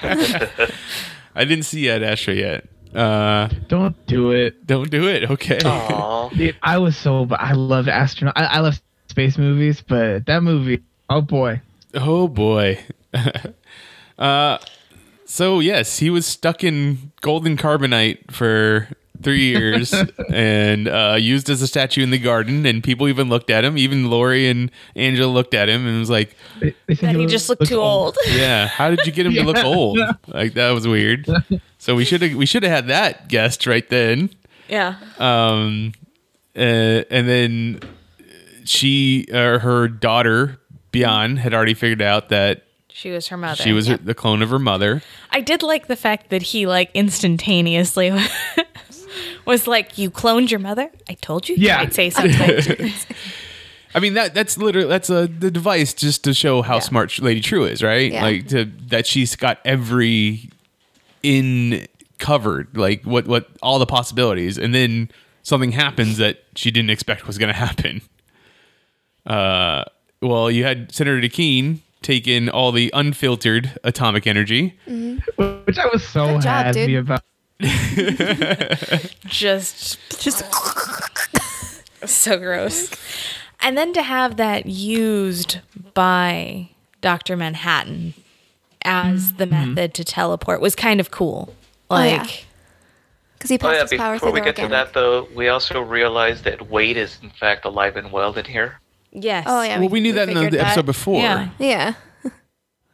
I didn't see Ed Astra yet. Uh, Don't do it. don't do it. Okay. Aw. Dude, I was so I loved astronaut. I, I love space movies, but that movie, oh boy, Oh boy. uh, so yes, he was stuck in golden carbonite for three years and uh, used as a statue in the garden. And people even looked at him. Even Lori and Angela looked at him and was like, They- they said And he lo- just looked looks too old. "Yeah, how did you get him to look old? Like that was weird." So we should have we should have had that guessed right then. yeah. um uh, and then she or her daughter Bian had already figured out that She was her mother. she was her, the clone of her mother. I did like the fact that he like instantaneously was like, "You cloned your mother? I told you. Yeah. I'd say something." I mean that that's literally that's a the device just to show how smart Lady True is, right? Yeah. Like to that she's got every in covered, like what what all the possibilities, and then something happens that she didn't expect was going to happen. Uh, well, you had Senator DeKean take in all the unfiltered atomic energy. old, which I was so Good job, happy dude. about. just just so gross. And then to have that used by Dr. Manhattan as the method to teleport was kind of cool. Oh, yeah. Like Because he Oh passed yeah, his power before through we the get to organic. that though, we also realized that Wade is in fact alive and well in here. yes. Oh yeah. well, we knew that in the, figured the that. episode before. Yeah. Yeah.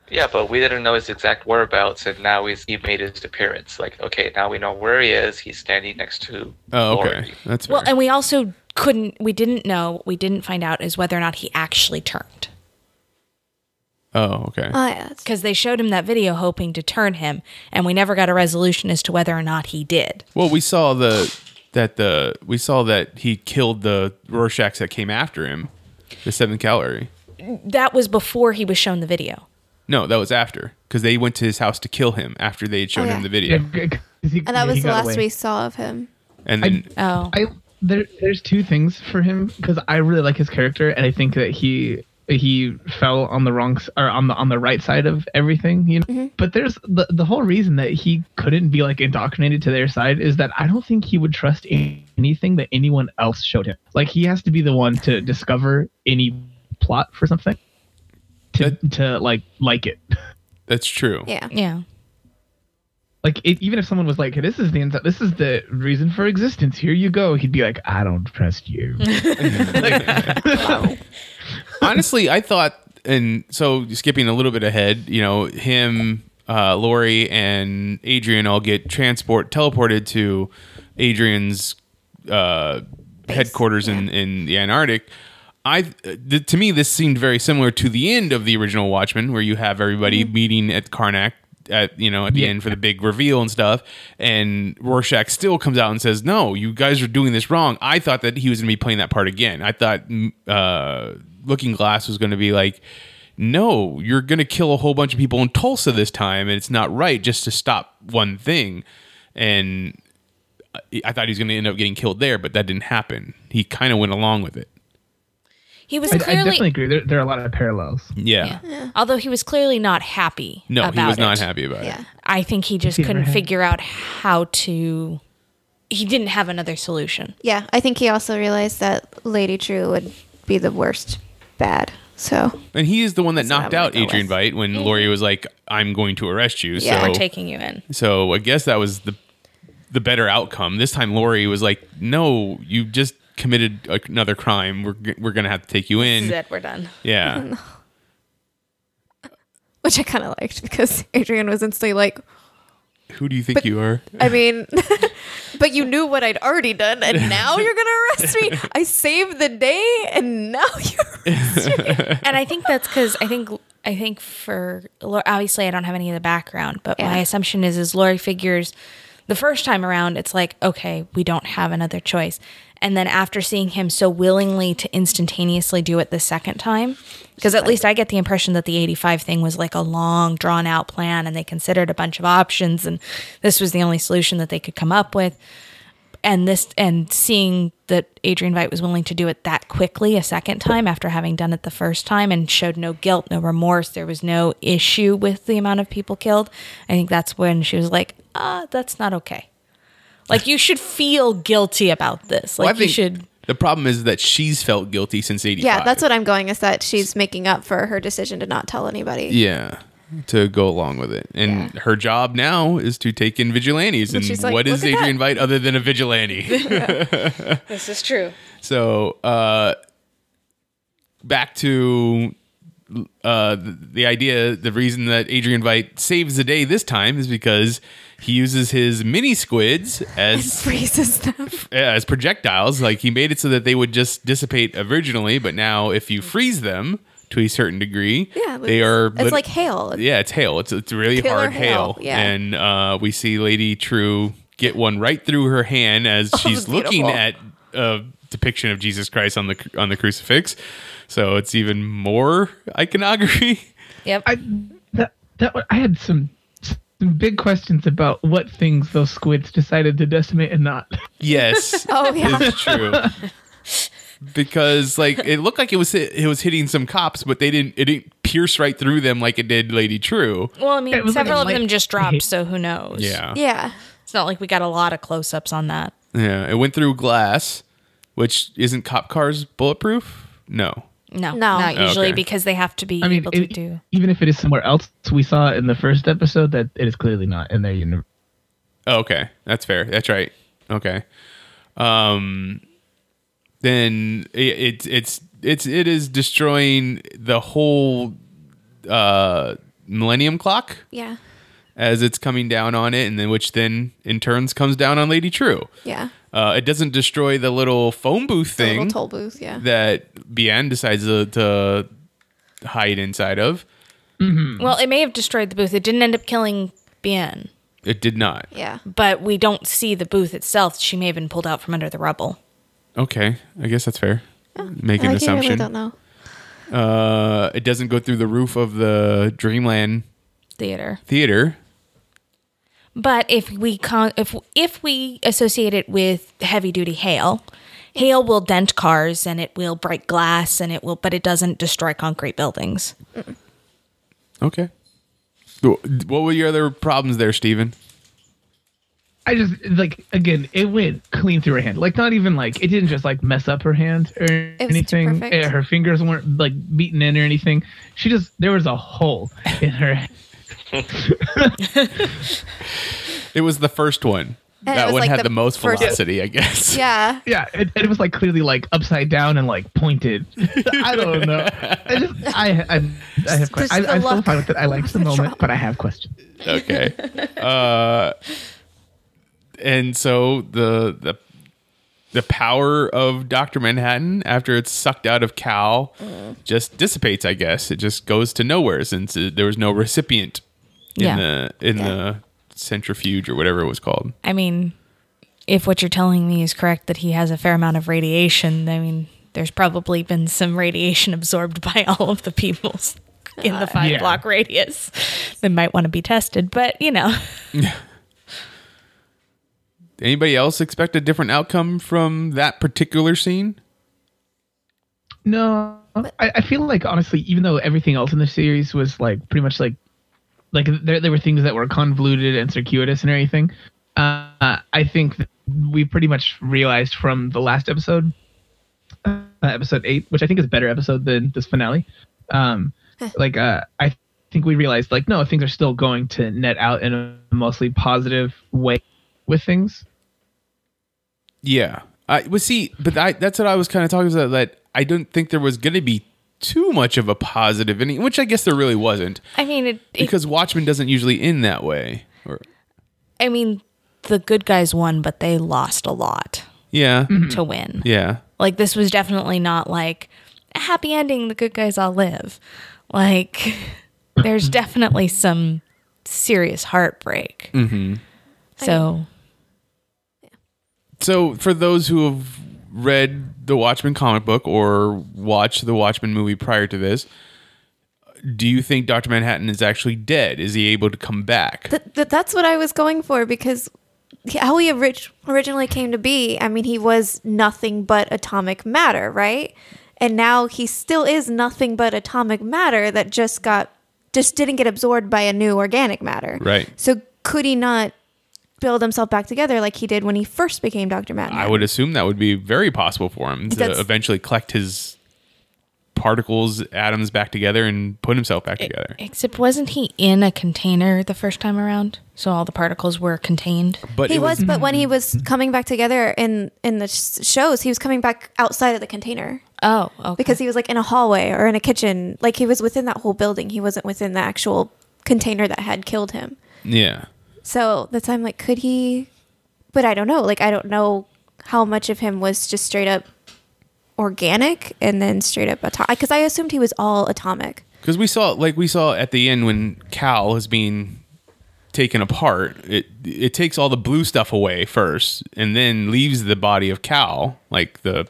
Yeah, but we didn't know his exact whereabouts, and now he's he made his appearance. Like, okay, now we know where he is. He's standing next to. Oh, okay, Lori. that's fair. Well, and we also couldn't we didn't know what we didn't find out is whether or not he actually turned. oh, okay. Oh yeah. That's Because they showed him that video hoping to turn him, and we never got a resolution as to whether or not he did. Well, we saw the that the we saw that he killed the Rorschachs that came after him, the seventh cavalry. That was before he was shown the video. No, that was after because they went to his house to kill him after they had shown Oh, yeah. him the video, Yeah, 'cause he- and that yeah, he was the got last away. we saw of him. and then Oh. I there, there's two things for him because I really like his character and I think that he he fell on the wrong s- or on the on the right side of everything, you know. But there's the the whole reason that he couldn't be like indoctrinated to their side is that I don't think he would trust any- anything that anyone else showed him. Like he has to be the one to discover any plot for something to to like like it. that's true. Yeah. yeah. Like it, even if someone was like, "This is the inside, this is the reason for existence. Here you go," he'd be like, "I don't trust you." Honestly, I thought, and so skipping a little bit ahead, you know, him, uh, Lori, and Adrian all get transport teleported to Adrian's uh, headquarters in, in the Antarctic. I th- to me this seemed very similar to the end of the original Watchmen, where you have everybody meeting at Karnak at you know at the Yeah. end for the big reveal and stuff, and Rorschach still comes out and says, "No, you guys are doing this wrong." I thought that he was going to be playing that part again. I thought mm, uh, Looking Glass was going to be like. No, you're going to kill a whole bunch of people in Tulsa this time, and it's not right just to stop one thing. And I- I thought he was going to end up getting killed there, but that didn't happen. He kind of went along with it. He was I, I clearly, definitely agree. There, there are a lot of parallels. Yeah. although he was clearly not happy. No, about he was not it. happy about Yeah. it. I think he just he ever couldn't had- figure out how to. He didn't have another solution. Yeah, I think he also realized that Lady True would be the worst bad. So And he is the one that what knocked I'm out gonna go Adrian with. Veit when Laurie was like, I'm going to arrest you. Yeah. We're so, taking you in. so I guess that was the the better outcome. This time Laurie was like, No, you just committed another crime. We're, g- we're going to have to take you in. That we're done. yeah. which I kinda liked because Adrian was instantly like Who do you think you are? I mean but you knew what I'd already done and now you're gonna arrest me. I saved the day and now you're and I think that's because I think I think for Lori, obviously I don't have any of the background, but my Yeah. assumption is is Lori figures the first time around it's like okay we don't have another choice, and then after seeing him so willingly to instantaneously do it the second time, because at least I get the impression that the eighty five thing was like a long drawn out plan and they considered a bunch of options and this was the only solution that they could come up with and this and seeing that Adrian Veidt was willing to do it that quickly a second time after having done it the first time and showed no guilt, no remorse, there was no issue with the amount of people killed. I think that's when she was like, "Ah, that's not okay. Like you should feel guilty about this. Like Well, I you think should." The problem is that she's felt guilty since 85. Yeah, that's what I'm going is that she's making up for her decision to not tell anybody. Yeah. To go along with it. And her job now is to take in vigilantes. And she's like, what is "Look at Adrian Vite other than a vigilante? This is true. So uh, back to uh, the, the idea, the reason that Adrian Vite saves the day this time is because he uses his mini squids as Freezes them. as projectiles. Like he made it so that they would just dissipate originally, but now if you freeze them to a certain degree, Yeah. they are. it's lit- like hail. yeah, it's hail. It's it's really Killer hard hail, hail. yeah. And uh, we see Lady True get one right through her hand Oh, as she's looking at a depiction of Jesus Christ on the cru- on the crucifix. So it's even more iconography. Yep. I that that I had some some big questions about what things those squids decided to decimate and not. yes, Oh yeah. it's true. Because like it looked like it was hit, it was hitting some cops, but they didn't it didn't pierce right through them like it did Lady True. well, I It mean, was like several a of them light- just dropped, so who knows? Yeah, Yeah. It's not like we got a lot of close-ups on that. yeah. It went through glass, which isn't cop cars bulletproof. No, No, No. not usually Oh, Okay. because they have to be I mean, able to it- do. even if it is somewhere else, we saw in the first episode that it is clearly not in their universe. Oh, okay, that's fair. That's right. Okay. Um, then it, it it's it's it is destroying the whole uh millennium clock Yeah. as it's coming down on it, and then which then in turns comes down on Lady True. Yeah. Uh, it doesn't destroy the little phone booth The thing Little toll booth, yeah. that Bian decides to, to hide inside of. Hmm. Well, it may have destroyed the booth. It didn't end up killing Bien. It did not. yeah. but we don't see the booth itself. She may have been pulled out from under the rubble. Okay, I guess that's fair. Make an Like, you really assumption. don't know. Uh, it doesn't go through the roof of the Dreamland Theater. Theater. But if we con- if if we associate it with heavy duty hail, hail will dent cars and it will break glass and it will, but it doesn't destroy concrete buildings. Okay. What were your other problems there, Steven? I just like again, it went clean through her hand. Like not even like it didn't just like mess up her hand or was anything. perfect. Eh, Her fingers weren't like beaten in or anything. She just there was a hole in her. It was the first one. it that was one like had the the, most first- velocity, I guess. Yeah. Yeah, it, it was like clearly like upside down and like pointed. I don't know. I just I I, I have Just questions. the I, I'm still luck fine with it. I liked the moment, but I have questions. Okay. uh, and so the the the power of Doctor Manhattan after it's sucked out of Cal just dissipates. I guess it just goes to nowhere since uh, there was no recipient in Yeah. the in the centrifuge or whatever it was called. I mean, if what you're telling me is correct that he has a fair amount of radiation, I mean, there's probably been some radiation absorbed by all of the people in the five Yeah. block radius. They might want to be tested, but you know. Anybody else expect a different outcome from that particular scene? No, I, I feel like honestly, even though everything else in the series was like pretty much like like there there were things that were convoluted and circuitous and everything. Uh, I think that we pretty much realized from the last episode, uh, episode eight, which I think is a better episode than this finale. Um, like uh, I think we realized like no, things are still going to net out in a mostly positive way with things. Yeah. I well see, but I that's what I was kind of talking about. That I don't think there was going to be too much of a positive ending, which I guess there really wasn't, I mean, it, it because Watchmen doesn't usually end that way. Or I mean, the good guys won, but they lost a lot yeah, to win. yeah, Like this was definitely not like a happy ending. The good guys all live. Like there's definitely some serious heartbreak. Mm-hmm. So so for those who have read the Watchmen comic book or watched the Watchmen movie prior to this, do you think Doctor Manhattan is actually dead? Is he able to come back? Th- th- that's what I was going for because he- how he orig- originally came to be, I mean, he was nothing but atomic matter, right? And now he still is nothing but atomic matter that just got just didn't get absorbed by a new organic matter. Right. So could he not build himself back together like he did when he first became Dr. Manhattan? I would assume that would be very possible for him to That's- eventually collect his particles, atoms back together and put himself back together. except wasn't he in a container the first time around? So all the particles were contained. But he it Mm-hmm. was, but when he was coming back together in in the sh- shows, he was coming back outside of the container. Oh, okay. because he was like in a hallway or in a kitchen. Like he was within that whole building. He wasn't within the actual container that had killed him. yeah. So that's why I'm like, could he? But I don't know. Like I don't know how much of him was just straight up organic and then straight up atomic. Because I assumed he was all atomic. Because we saw, like we saw at the end when Cal is being taken apart, it it takes all the blue stuff away first, and then leaves the body of Cal, like the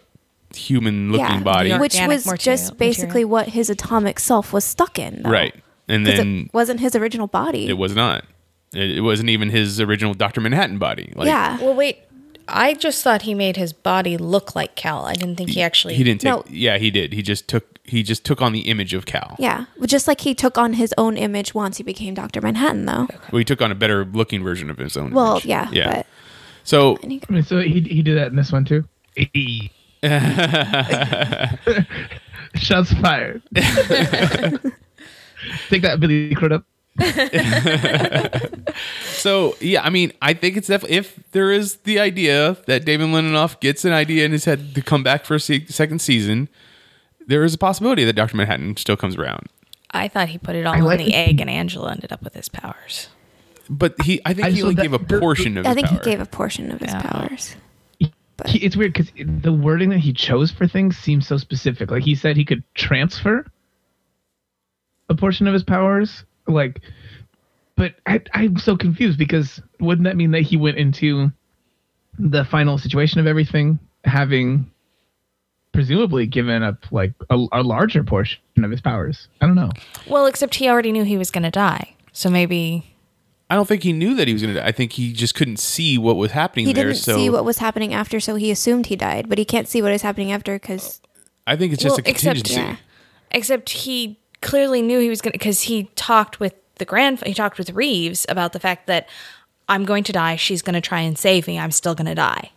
human looking body, the which Organic was material- just basically material. what his atomic self was stuck in. though. right? And 'Cause then it wasn't his original body. it was not. It, it wasn't even his original Doctor Manhattan body. Like, yeah. Well, wait. I just thought he made his body look like Cal. I didn't think he actually. he didn't take. No. Yeah, he did. He just took. He just took on the image of Cal. yeah. Just like he took on his own image once he became Dr. Manhattan, though. Well, he took on a better looking version of his own. Well, image. yeah. Yeah. But So I mean, so he he did that in this one too. Shots fired. Take that, Billy Crudup. So yeah, I mean, I think it's definitely if there is the idea that David Lindelof gets an idea in his head to come back for a se- second season, there is a possibility that Doctor Manhattan still comes around. I thought he put it all I like on it. the egg, and Angela ended up with his powers. But he, I think I he saw only that- gave a portion of. I his think he power. gave a portion of his powers. He, it's weird because the wording that he chose for things seems so specific. Like he said he could transfer a portion of his powers. Like, but I, I'm so confused because wouldn't that mean that he went into the final situation of everything having presumably given up like a, a larger portion of his powers? I don't know. Well, except he already knew he was going to die. So maybe I don't think he knew that he was going to. I think he just couldn't see what was happening He there. didn't so see what was happening after, so he assumed he died, but he can't see what is happening after because I think it's just Well, a except- contingency. yeah. except he clearly knew he was going to because he talked with the grand he talked with Reeves about the fact that I'm going to die. She's going to try and save me. I'm still going to die.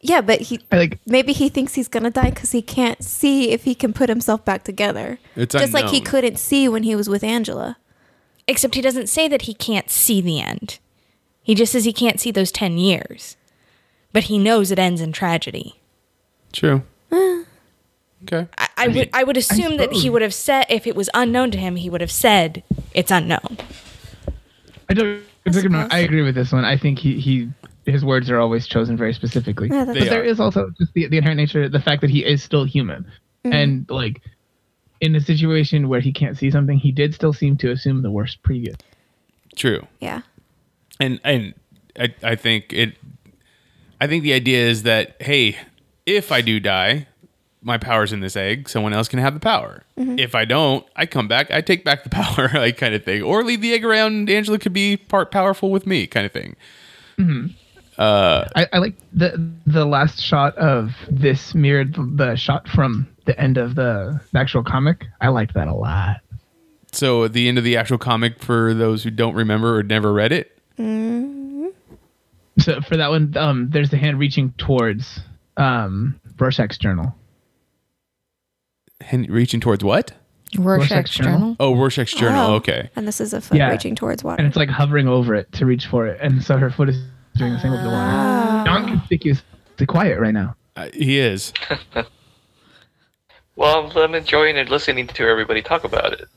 yeah, but he I like maybe he thinks he's gonna die because he can't see if he can put himself back together. It's just like he unknown. couldn't see when he was with Angela. Except he doesn't say that he can't see the end. He just says he can't see those 10 years. But he knows it ends in tragedy. True. Eh. okay. I, I would I would assume that he suppose. would have said if it was unknown to him, he would have said it's unknown. I don't. I, don't get me wrong, I agree with this one. I think he, he his words are always chosen very specifically. Yeah, but that's- They there are. is also just the, the inherent nature, the fact that he is still human, and like in a situation where he can't see something, he did still seem to assume the worst pretty good. True. Yeah. and and I, I think it i think the idea is that hey if i do die my power's in this egg someone else can have the power if i don't i come back i take back the power like kind of thing or leave the egg around angela could be part powerful with me kind of thing I, I like the the last shot of this mirrored the shot from the end of the, the actual comic. I liked that a lot. So at the end of the actual comic, for those who don't remember or never read it, So for that one, um, there's the hand reaching towards um, Rorschach's journal. hen- reaching towards what? Rorschach's Rorschach's journal. journal. Oh, Rorschach's journal. Oh. Okay. And this is a foot Yeah. reaching towards water. and it's like hovering over it to reach for it, and so her foot is doing the same with the Ah. one. Non-conspicuous, to quiet right now. Uh, he is. Well, I'm enjoying it, listening to everybody talk about it.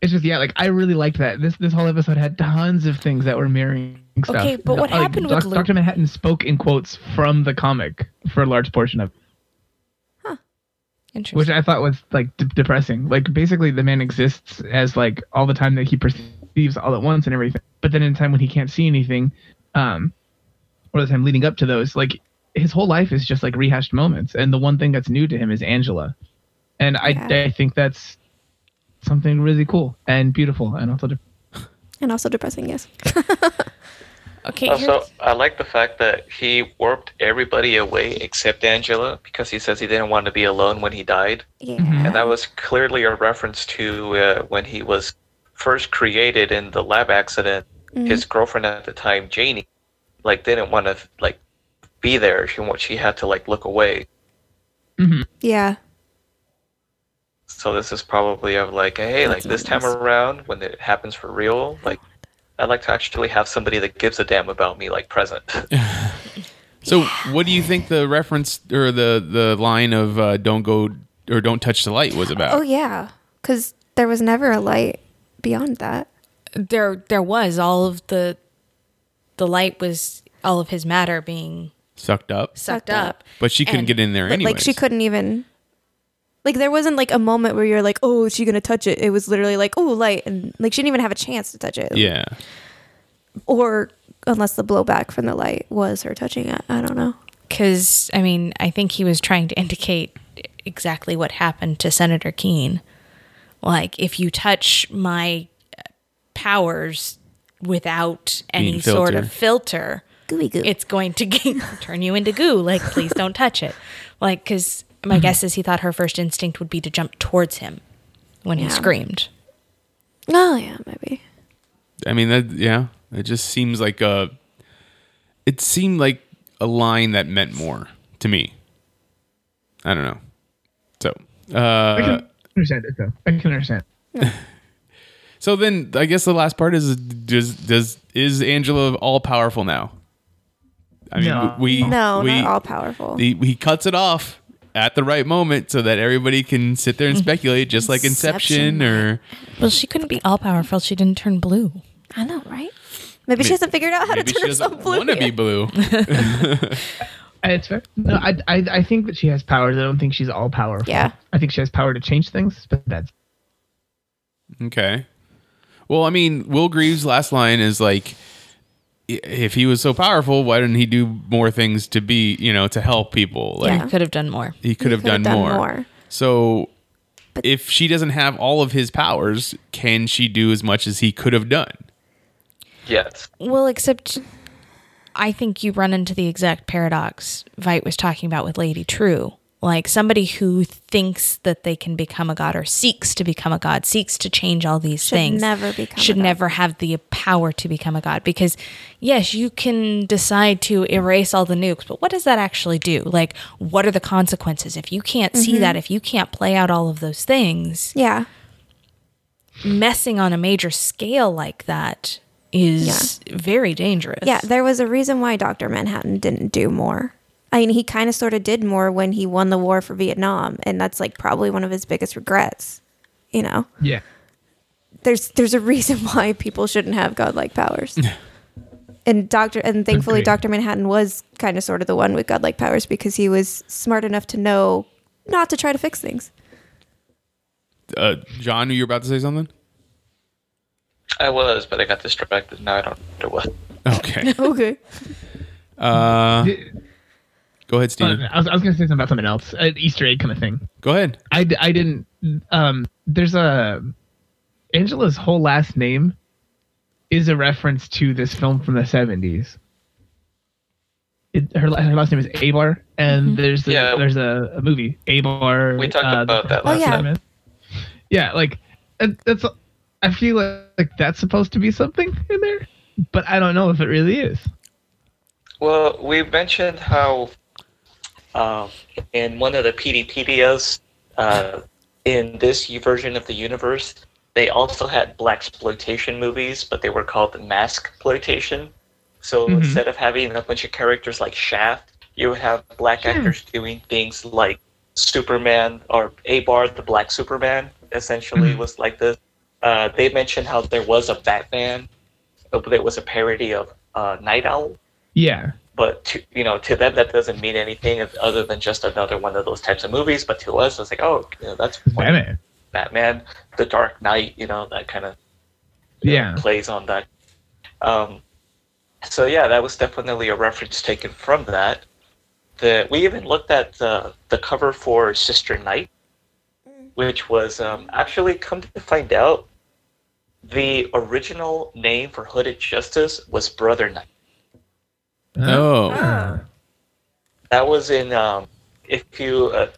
It's just yeah, like I really liked that. This this whole episode had tons of things that were mirroring stuff. Okay, but what Like, happened with Doc- Lu- Doctor Manhattan spoke in quotes from the comic for a large portion of, it, Interesting. which I thought was like de- depressing. Like basically, the man exists as like all the time that he perceives all at once and everything. But then in time when he can't see anything, um, or the time leading up to those, like his whole life is just like rehashed moments. And the one thing that's new to him is Angela, and I Yeah. I think that's something really cool and beautiful and also. De- and also depressing, yes. okay, Also, here's- I like the fact that he warped everybody away except Angela because he says he didn't want to be alone when he died. Yeah. Mm-hmm. And that was clearly a reference to uh, when he was first created in the lab accident. His girlfriend at the time, Janie, like didn't want to like be there. She wa- she had to like look away. Yeah. So this is probably of like, hey, like this time around when it happens for real, like I'd like to actually have somebody that gives a damn about me like present. So what do you think the reference or the the line of uh, "Don't go" or "Don't touch the light" was about? Oh, yeah. Because there was never a light beyond that. there there was all of the the light was all of his matter being Sucked up. sucked Sucked up. up. But she couldn't And- get in there But, anyway. like, she couldn't even. Like, there wasn't like a moment where you're like, oh, is she going to touch it? It was literally like, oh, light. And like, she didn't even have a chance to touch it. Yeah. Or unless the blowback from the light was her touching it. I don't know. Because, I mean, I think he was trying to indicate exactly what happened to Senator Keene. Like, if you touch my powers without any sort of filter, Gooey goo. it's going to get, turn you into goo. Like, please don't touch it. Like, because my Mm-hmm. guess is he thought her first instinct would be to jump towards him when he screamed. oh, yeah, maybe. I mean that. Yeah. It just seems like a. It seemed like a line that meant more to me. I don't know. So. Uh, I can understand it though. I can understand. So then, I guess the last part is: does does is Angela all powerful now? I mean, No. we No, we, not all powerful. He, he cuts it off at the right moment so that everybody can sit there and speculate, just like Inception, or Well, she couldn't be all powerful. She didn't turn blue. I know, right? Maybe she hasn't figured out how to maybe she turn doesn't herself blue. want to be yet. blue. Uh, It's fair. No, I, I I think that she has powers. I don't think she's all powerful. Yeah. I think she has power to change things, but that's okay. Well, I mean, Will Greaves' last line is like, i- if he was so powerful, why didn't he do more things to be, you know, to help people? Like Yeah. Could have done more. he could have could done, have done more. more. So. if she doesn't have all of his powers, can she do as much as he could have done? yes. Well, except I think you run into the exact paradox Vite was talking about with Lady True. Like somebody who thinks that they can become a god or seeks to become a god, seeks to change all these Should things, never become a should god. never have the power to become a god. Because yes, you can decide to erase all the nukes, but what does that actually do? Like, what are the consequences if you can't see that? If you can't play out all of those things, Yeah. messing on a major scale like that is very dangerous. Yeah, there was a reason why Dr. Manhattan didn't do more. I mean, he kind of sort of did more when he won the war for Vietnam, and that's like probably one of his biggest regrets. You know, yeah. there's there's a reason why people shouldn't have godlike powers. and Dr. and thankfully Agreed. Dr. Manhattan was kind of sort of the one with godlike powers because he was smart enough to know not to try to fix things. Uh, John, you were about to say something? I was, but I got distracted. Now I don't know what. Okay. Okay. Uh, go ahead, But Steven. I was, I was gonna say something about something else, an Easter egg kind of thing. Go ahead. I, d- I didn't. Um, there's a Angela's whole last name is a reference to this film from the 70s. It, her, her last name is Abar, and Mm-hmm. there's the, Yeah. there's a, a movie Abar. We talked uh, about that Oh, last yeah. time. Yeah, like it- that's. I feel like, like that's supposed to be something in there, but I don't know if it really is. Well, we mentioned how um, in one of the PDPDOs, uh, in this version of the universe, they also had black exploitation movies, but they were called mask exploitation. So Mhm. instead of having a bunch of characters like Shaft, you would have black actors doing things like Superman or Abar, the Black Superman, essentially Mhm. was like this. Uh, they mentioned how there was a Batman, uh, but it was a parody of uh, Night Owl Yeah, but to, you know to them that doesn't mean anything other than just another one of those types of movies but to us it's like oh you know, that's it's Batman. Batman, the dark knight you know that kind of Yeah, plays on that um, so yeah that was definitely a reference taken from that the, we even looked at the, the cover for sister Knight, which was um, actually come to find out the original name for hooded justice was brother Knight. Oh, Ah. Uh, That was in. Um, if you, uh,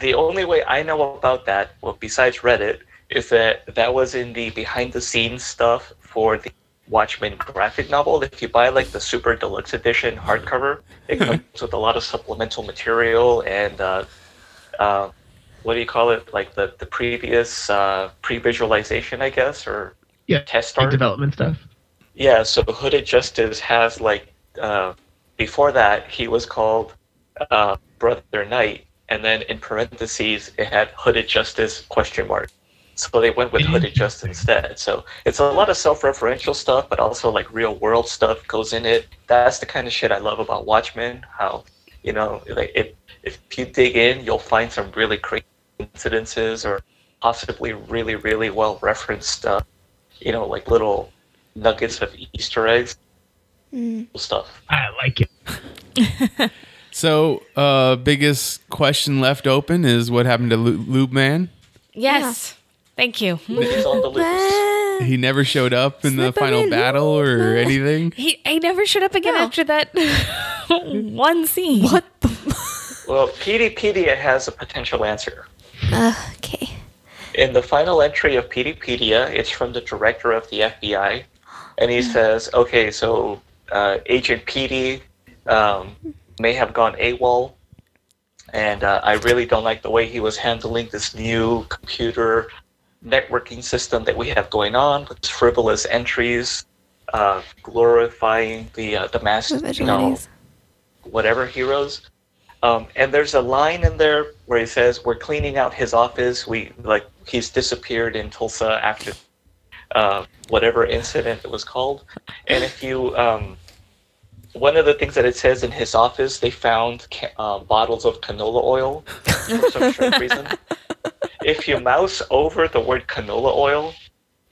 the only way I know about that, well, besides Reddit, is that that was in the behind-the-scenes stuff for the Watchmen graphic novel. If you buy like the super deluxe edition hardcover, it comes with a lot of supplemental material and uh, uh, what do you call it? Like the the previous uh, pre-visualization, I guess, or yeah, test like art. development stuff. Yeah, so Hooded Justice has like uh, before that he was called uh, Brother Knight, and then in parentheses it had Hooded Justice question mark. So they went with Hooded Justice instead. So it's a lot of self-referential stuff, but also like real-world stuff goes in it. That's the kind of shit I love about Watchmen. How you know, like if if you dig in, you'll find some really crazy incidences or possibly really really well referenced, uh, you know, like little nuggets of Easter eggs stuff. I like it. so uh, biggest question left open is what happened to Lu- Lube Man? Yes. Thank you. He's on the loose. Ah, He never showed up in the Slip him final in, battle or Lube Man. anything. He I never showed up again No. after that one scene. What? Well, PDpedia has a potential answer. okay. In the final entry of PDpedia, it's from the director of the FBI, and he says, "Okay, so uh, Agent PD um, may have gone AWOL, and uh, I really don't like the way he was handling this new computer networking system that we have going on with frivolous entries." Uh, glorifying the uh, the mass, you know, Vigilies. whatever heroes. Um, and there's a line in there where he says, "We're cleaning out his office. We like he's disappeared in Tulsa after uh, whatever incident it was called." And if you, um, one of the things that it says in his office, they found ca- uh, bottles of canola oil for some strange reason. If you mouse over the word canola oil,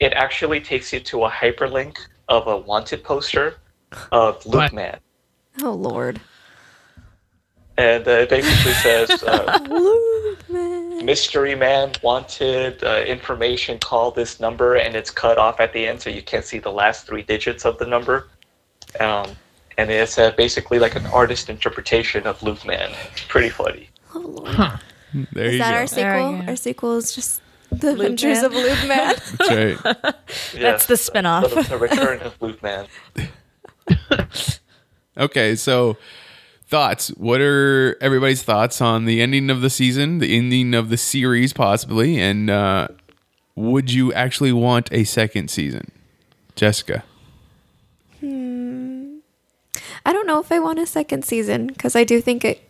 it actually takes you to a hyperlink of a wanted poster of Luke What? Man Oh lord. and uh, it basically says uh, mystery man wanted uh, information call this number and it's cut off at the end so you can't see the last three digits of the number um, and it's uh, basically like an artist interpretation of loop man it's pretty funny Oh lord. There you Is that go. our There we sequel? go. Our sequel is just the Loop adventures Man. of Loop Man. That's right. That's the spin-off. the, the return of loop man Okay, so thoughts. What are everybody's thoughts on the ending of the season, the ending of the series, possibly, and uh, would you actually want a second season, Jessica? I don't know if I want a second season because I do think it.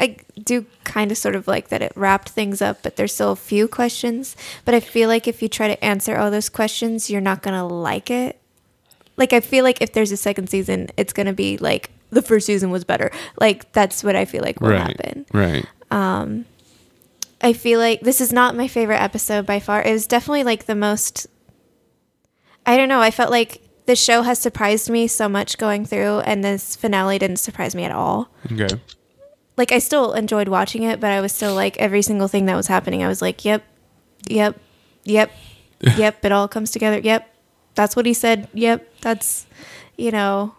I do kind of sort of like that it wrapped things up, but there's still a few questions. But I feel like if you try to answer all those questions, you're not going to like it. Like, I feel like if there's a second season, it's going to be like the first season was better. Like, that's what I feel like will happen. right. I feel like this is not my favorite episode by far. It was definitely like the most. I don't know. I felt like the show has surprised me so much going through, and this finale didn't surprise me at all. Okay. Like, I still enjoyed watching it, but I was still like, every single thing that was happening, I was like, yep, yep, yep, yep, it all comes together. Yep, that's what he said. Yep, that's you know,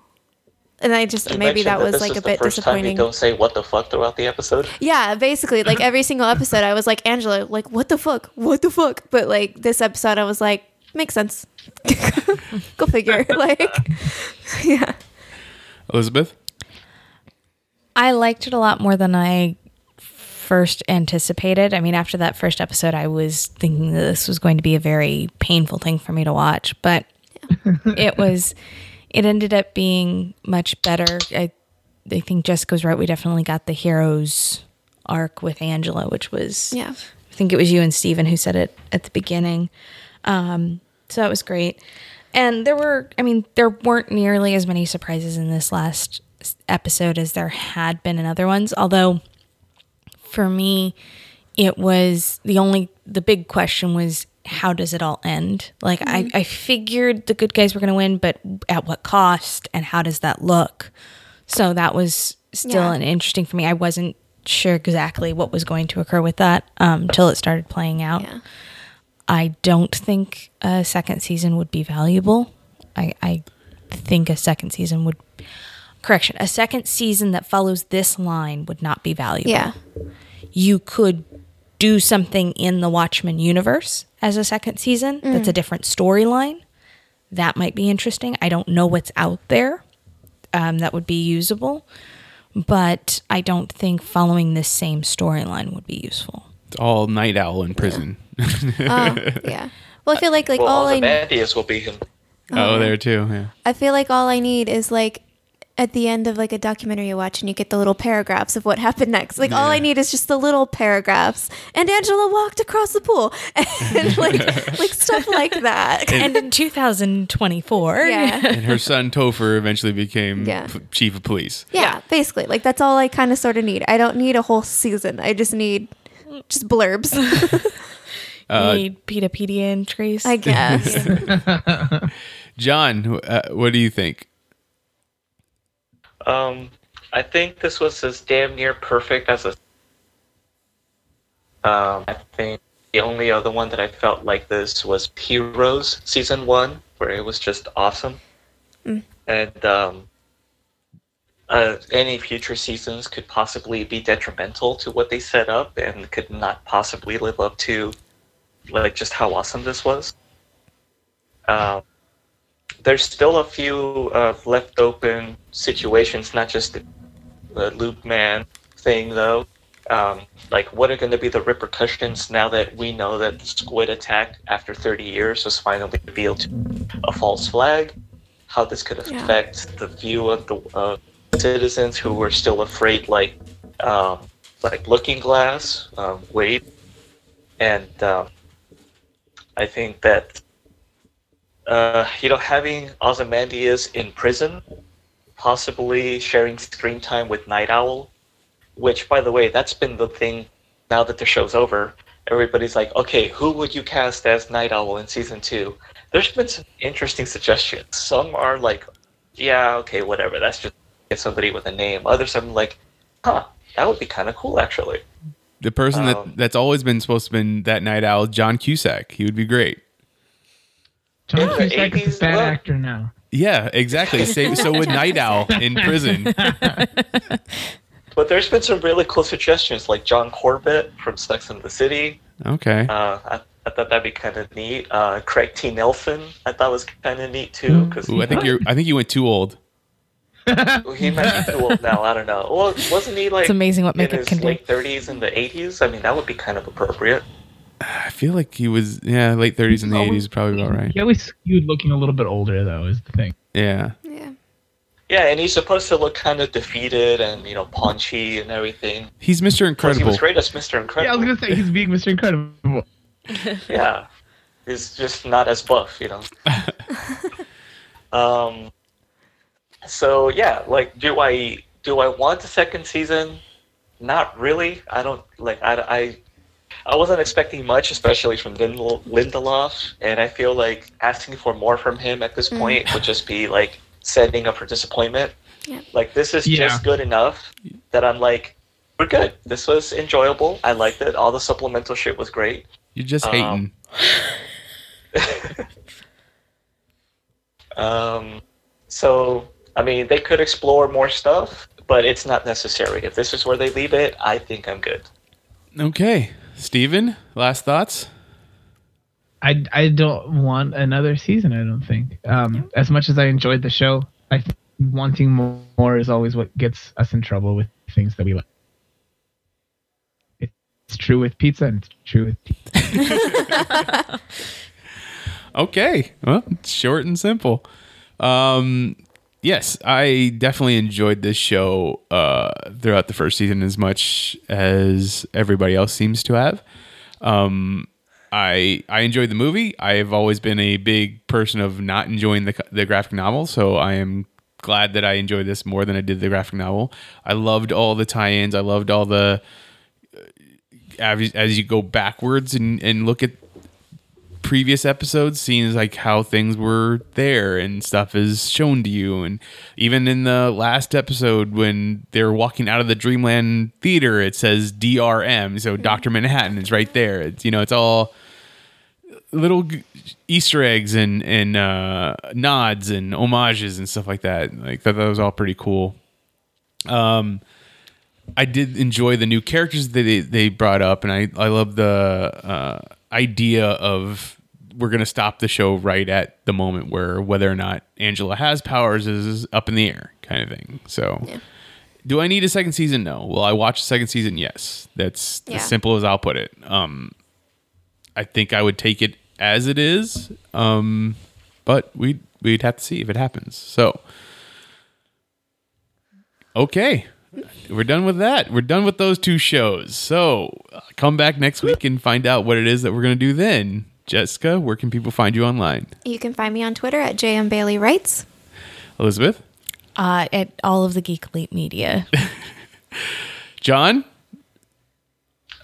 and I just You maybe mentioned that was this like is a the bit first time disappointing. you don't say what the fuck throughout the episode. Yeah, basically, like every single episode, I was like Angela, like what the fuck, what the fuck. But like this episode, I was like, makes sense. Go figure. like, yeah. Elizabeth? I liked it a lot more than I first anticipated. I mean, after that first episode, I was thinking that this was going to be a very painful thing for me to watch, but it was. It ended up being much better. I, I think Jessica's right. We definitely got the hero's arc with Angela, which was Yeah. I think it was you and Steven who said it at the beginning. Um, so that was great. And there were, I mean, there weren't nearly as many surprises in this last s- episode as there had been in other ones. Although, for me, it was the only, the big question was how does it all end? Like, Mm-hmm. I, I figured the good guys were going to win, but at what cost and how does that look? So that was still Yeah. an interesting for me. I wasn't sure exactly what was going to occur with that um, till it started playing out. Yeah. I don't think a second season would be valuable. I, I think a second season would, correction, a second season that follows this line would not be valuable. Yeah. You could do something in the Watchmen universe as a second season that's Mm. a different storyline. That might be interesting. I don't know what's out there um, that would be usable, but I don't think following this same storyline would be useful. It's all Night Owl in prison. Oh, yeah. Well, I feel like like Well, all all I the Mandius will be him. oh, there too. Yeah. I feel like all I need is like at the end of like a documentary you watch and you get the little paragraphs of what happened next. Like all I need is just the little paragraphs. And Angela walked across the pool and like like stuff like that. and in 2024 yeah. And her son Topher eventually became Yeah. p- chief of police. Yeah, basically. Like that's all I kind of sort of need. I don't need a whole season. I just need just blurbs, you need pedopedia entries I guess. John, wh- uh, what do you think? Um, I think this was as damn near perfect as a. Um, I think the only other one that I felt like this was Heroes season one, where it was just awesome, and um, uh, any future seasons could possibly be detrimental to what they set up and could not possibly live up to, like just how awesome this was. Um, there's still a few uh, left open situations, not just the, the Loop Man thing, though. Um, like, what are going to be the repercussions now that we know that the squid attack after 30 years was finally revealed to be a false flag? How this could Yeah. affect the view of the uh, citizens who were still afraid, like, um, like Looking Glass, um, Wade, and um, I think that uh, you know, having Ozymandias in prison, possibly sharing screen time with Night Owl, which, by the way, that's been the thing now that the show's over. Everybody's like, okay, who would you cast as Night Owl in season two? There's been some interesting suggestions. Some are like, yeah, okay, whatever. That's just get somebody with a name. Others are like, huh, that would be kind of cool, actually. The person Um, that that's always been supposed to be that Night Owl, John Cusack. He would be great. John Yeah, Cusack is 80s a bad look. actor now. Yeah, exactly. Same, so would Night Owl in prison. But there's been some really cool suggestions, like John Corbett from Sex and the City, Okay. Uh, I, I thought that'd be kind of neat. Uh, Craig T. Nelson, I thought was kind of neat too, because Ooh, I think you're. I think you went too old. he might be too old now. I don't know. Well, wasn't he like? it's amazing what in makeup his can do late thirties and the eighties. I mean, that would be kind of appropriate. I feel like he was. Yeah, late 30s and the 80s, is probably about right. He always skewed looking a little bit older though is the thing. Yeah. yeah. Yeah, and he's supposed to look kind of defeated and you know paunchy and everything. He's Because he Mr. Incredible. was great as Mister Yeah, I was Incredible. gonna say he's being Mr. Incredible. yeah, he's just not as buff, you know. um, so yeah, like, do I do I want a second season? Not really. I don't like. I I, I wasn't expecting much, especially from Lindel- Lindelof, and I feel like asking for more from him at this point would just be like setting up for disappointment. Yeah. Like this is Yeah. just good enough that I'm like, we're good. This was enjoyable. I liked it. All the supplemental shit was great. You're just Um, hating. Um, so, I mean, they could explore more stuff, but it's not necessary. If this is where they leave it, I think I'm good. Okay, Steven, last thoughts? I, I don't want another season. I don't think. Um, as much as I enjoyed the show, I think wanting more, more is always what gets us in trouble with things that we like. It's true with pizza, and it's true with tea. Okay. Well, it's short and simple. Um, yes, I definitely enjoyed this show uh, throughout the first season as much as everybody else seems to have. Um, I I enjoyed the movie. I've always been a big person of not enjoying the the graphic novel, so I am glad that I enjoyed this more than I did the graphic novel. I loved all the tie-ins. I loved all the uh, as as you go backwards and, and look at previous episodes seeing as like how things were there and stuff is shown to you and even in the last episode when they're walking out of the dreamland theater it says drm so dr manhattan is right there it's you know it's all little g- easter eggs and and uh nods and homages and stuff like that like that, that was all pretty cool um I did enjoy the new characters that they, they brought up, and I, I love the uh, idea of we're going to stop the show right at the moment where whether or not Angela has powers is up in the air, kind of thing. So, do I need a second season? No. Will I watch a second season? Yes. That's Yeah. as simple as I'll put it. Um, I think I would take it as it is, um, but we we'd have to see if it happens. So, okay we're done with that. We're done with those two shows. So uh, come back next week and find out what it is that we're going to do then. Jessica, where can people find you online? You can find me on Twitter at JM Bailey Writes. Elizabeth? uh, at all of the Geek Elite Media. John?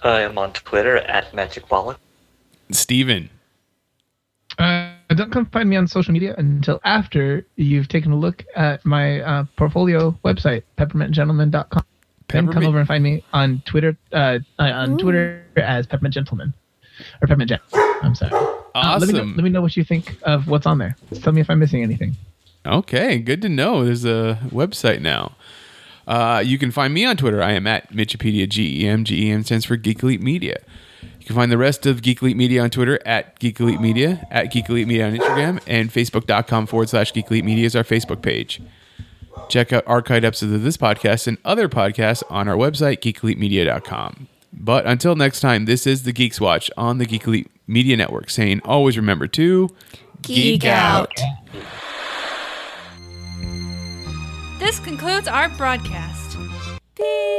I am on Twitter at Magic Wallet. Steven? Uh, don't come find me on social media until after you've taken a look at my uh, portfolio website, peppermintgentleman.com. Then come Peppermint- over and find me on Twitter uh, uh, on Twitter as Peppermint Gentleman or Peppermint Gent. I'm sorry. Uh, let, me know, Awesome. let me know what you think of what's on there. Tell me if I'm missing anything. Okay, good to know. There's a website now. Uh, you can find me on Twitter. I am at E Mitchipedia, G-E-M. G-E-M stands for Geek Elite Media. You can find the rest of Geek Elite Media on Twitter at Geek Elite Media, at Geek Elite Media on Instagram, and Facebook.com forward slash Geek Elite Media is our Facebook page. Check out archived episodes of this podcast and other podcasts on our website, geekelitemedia.com. But until next time, this is the Geeks Watch on the Geek Elite Media Network saying always remember to Geek out. This concludes our broadcast. Beep.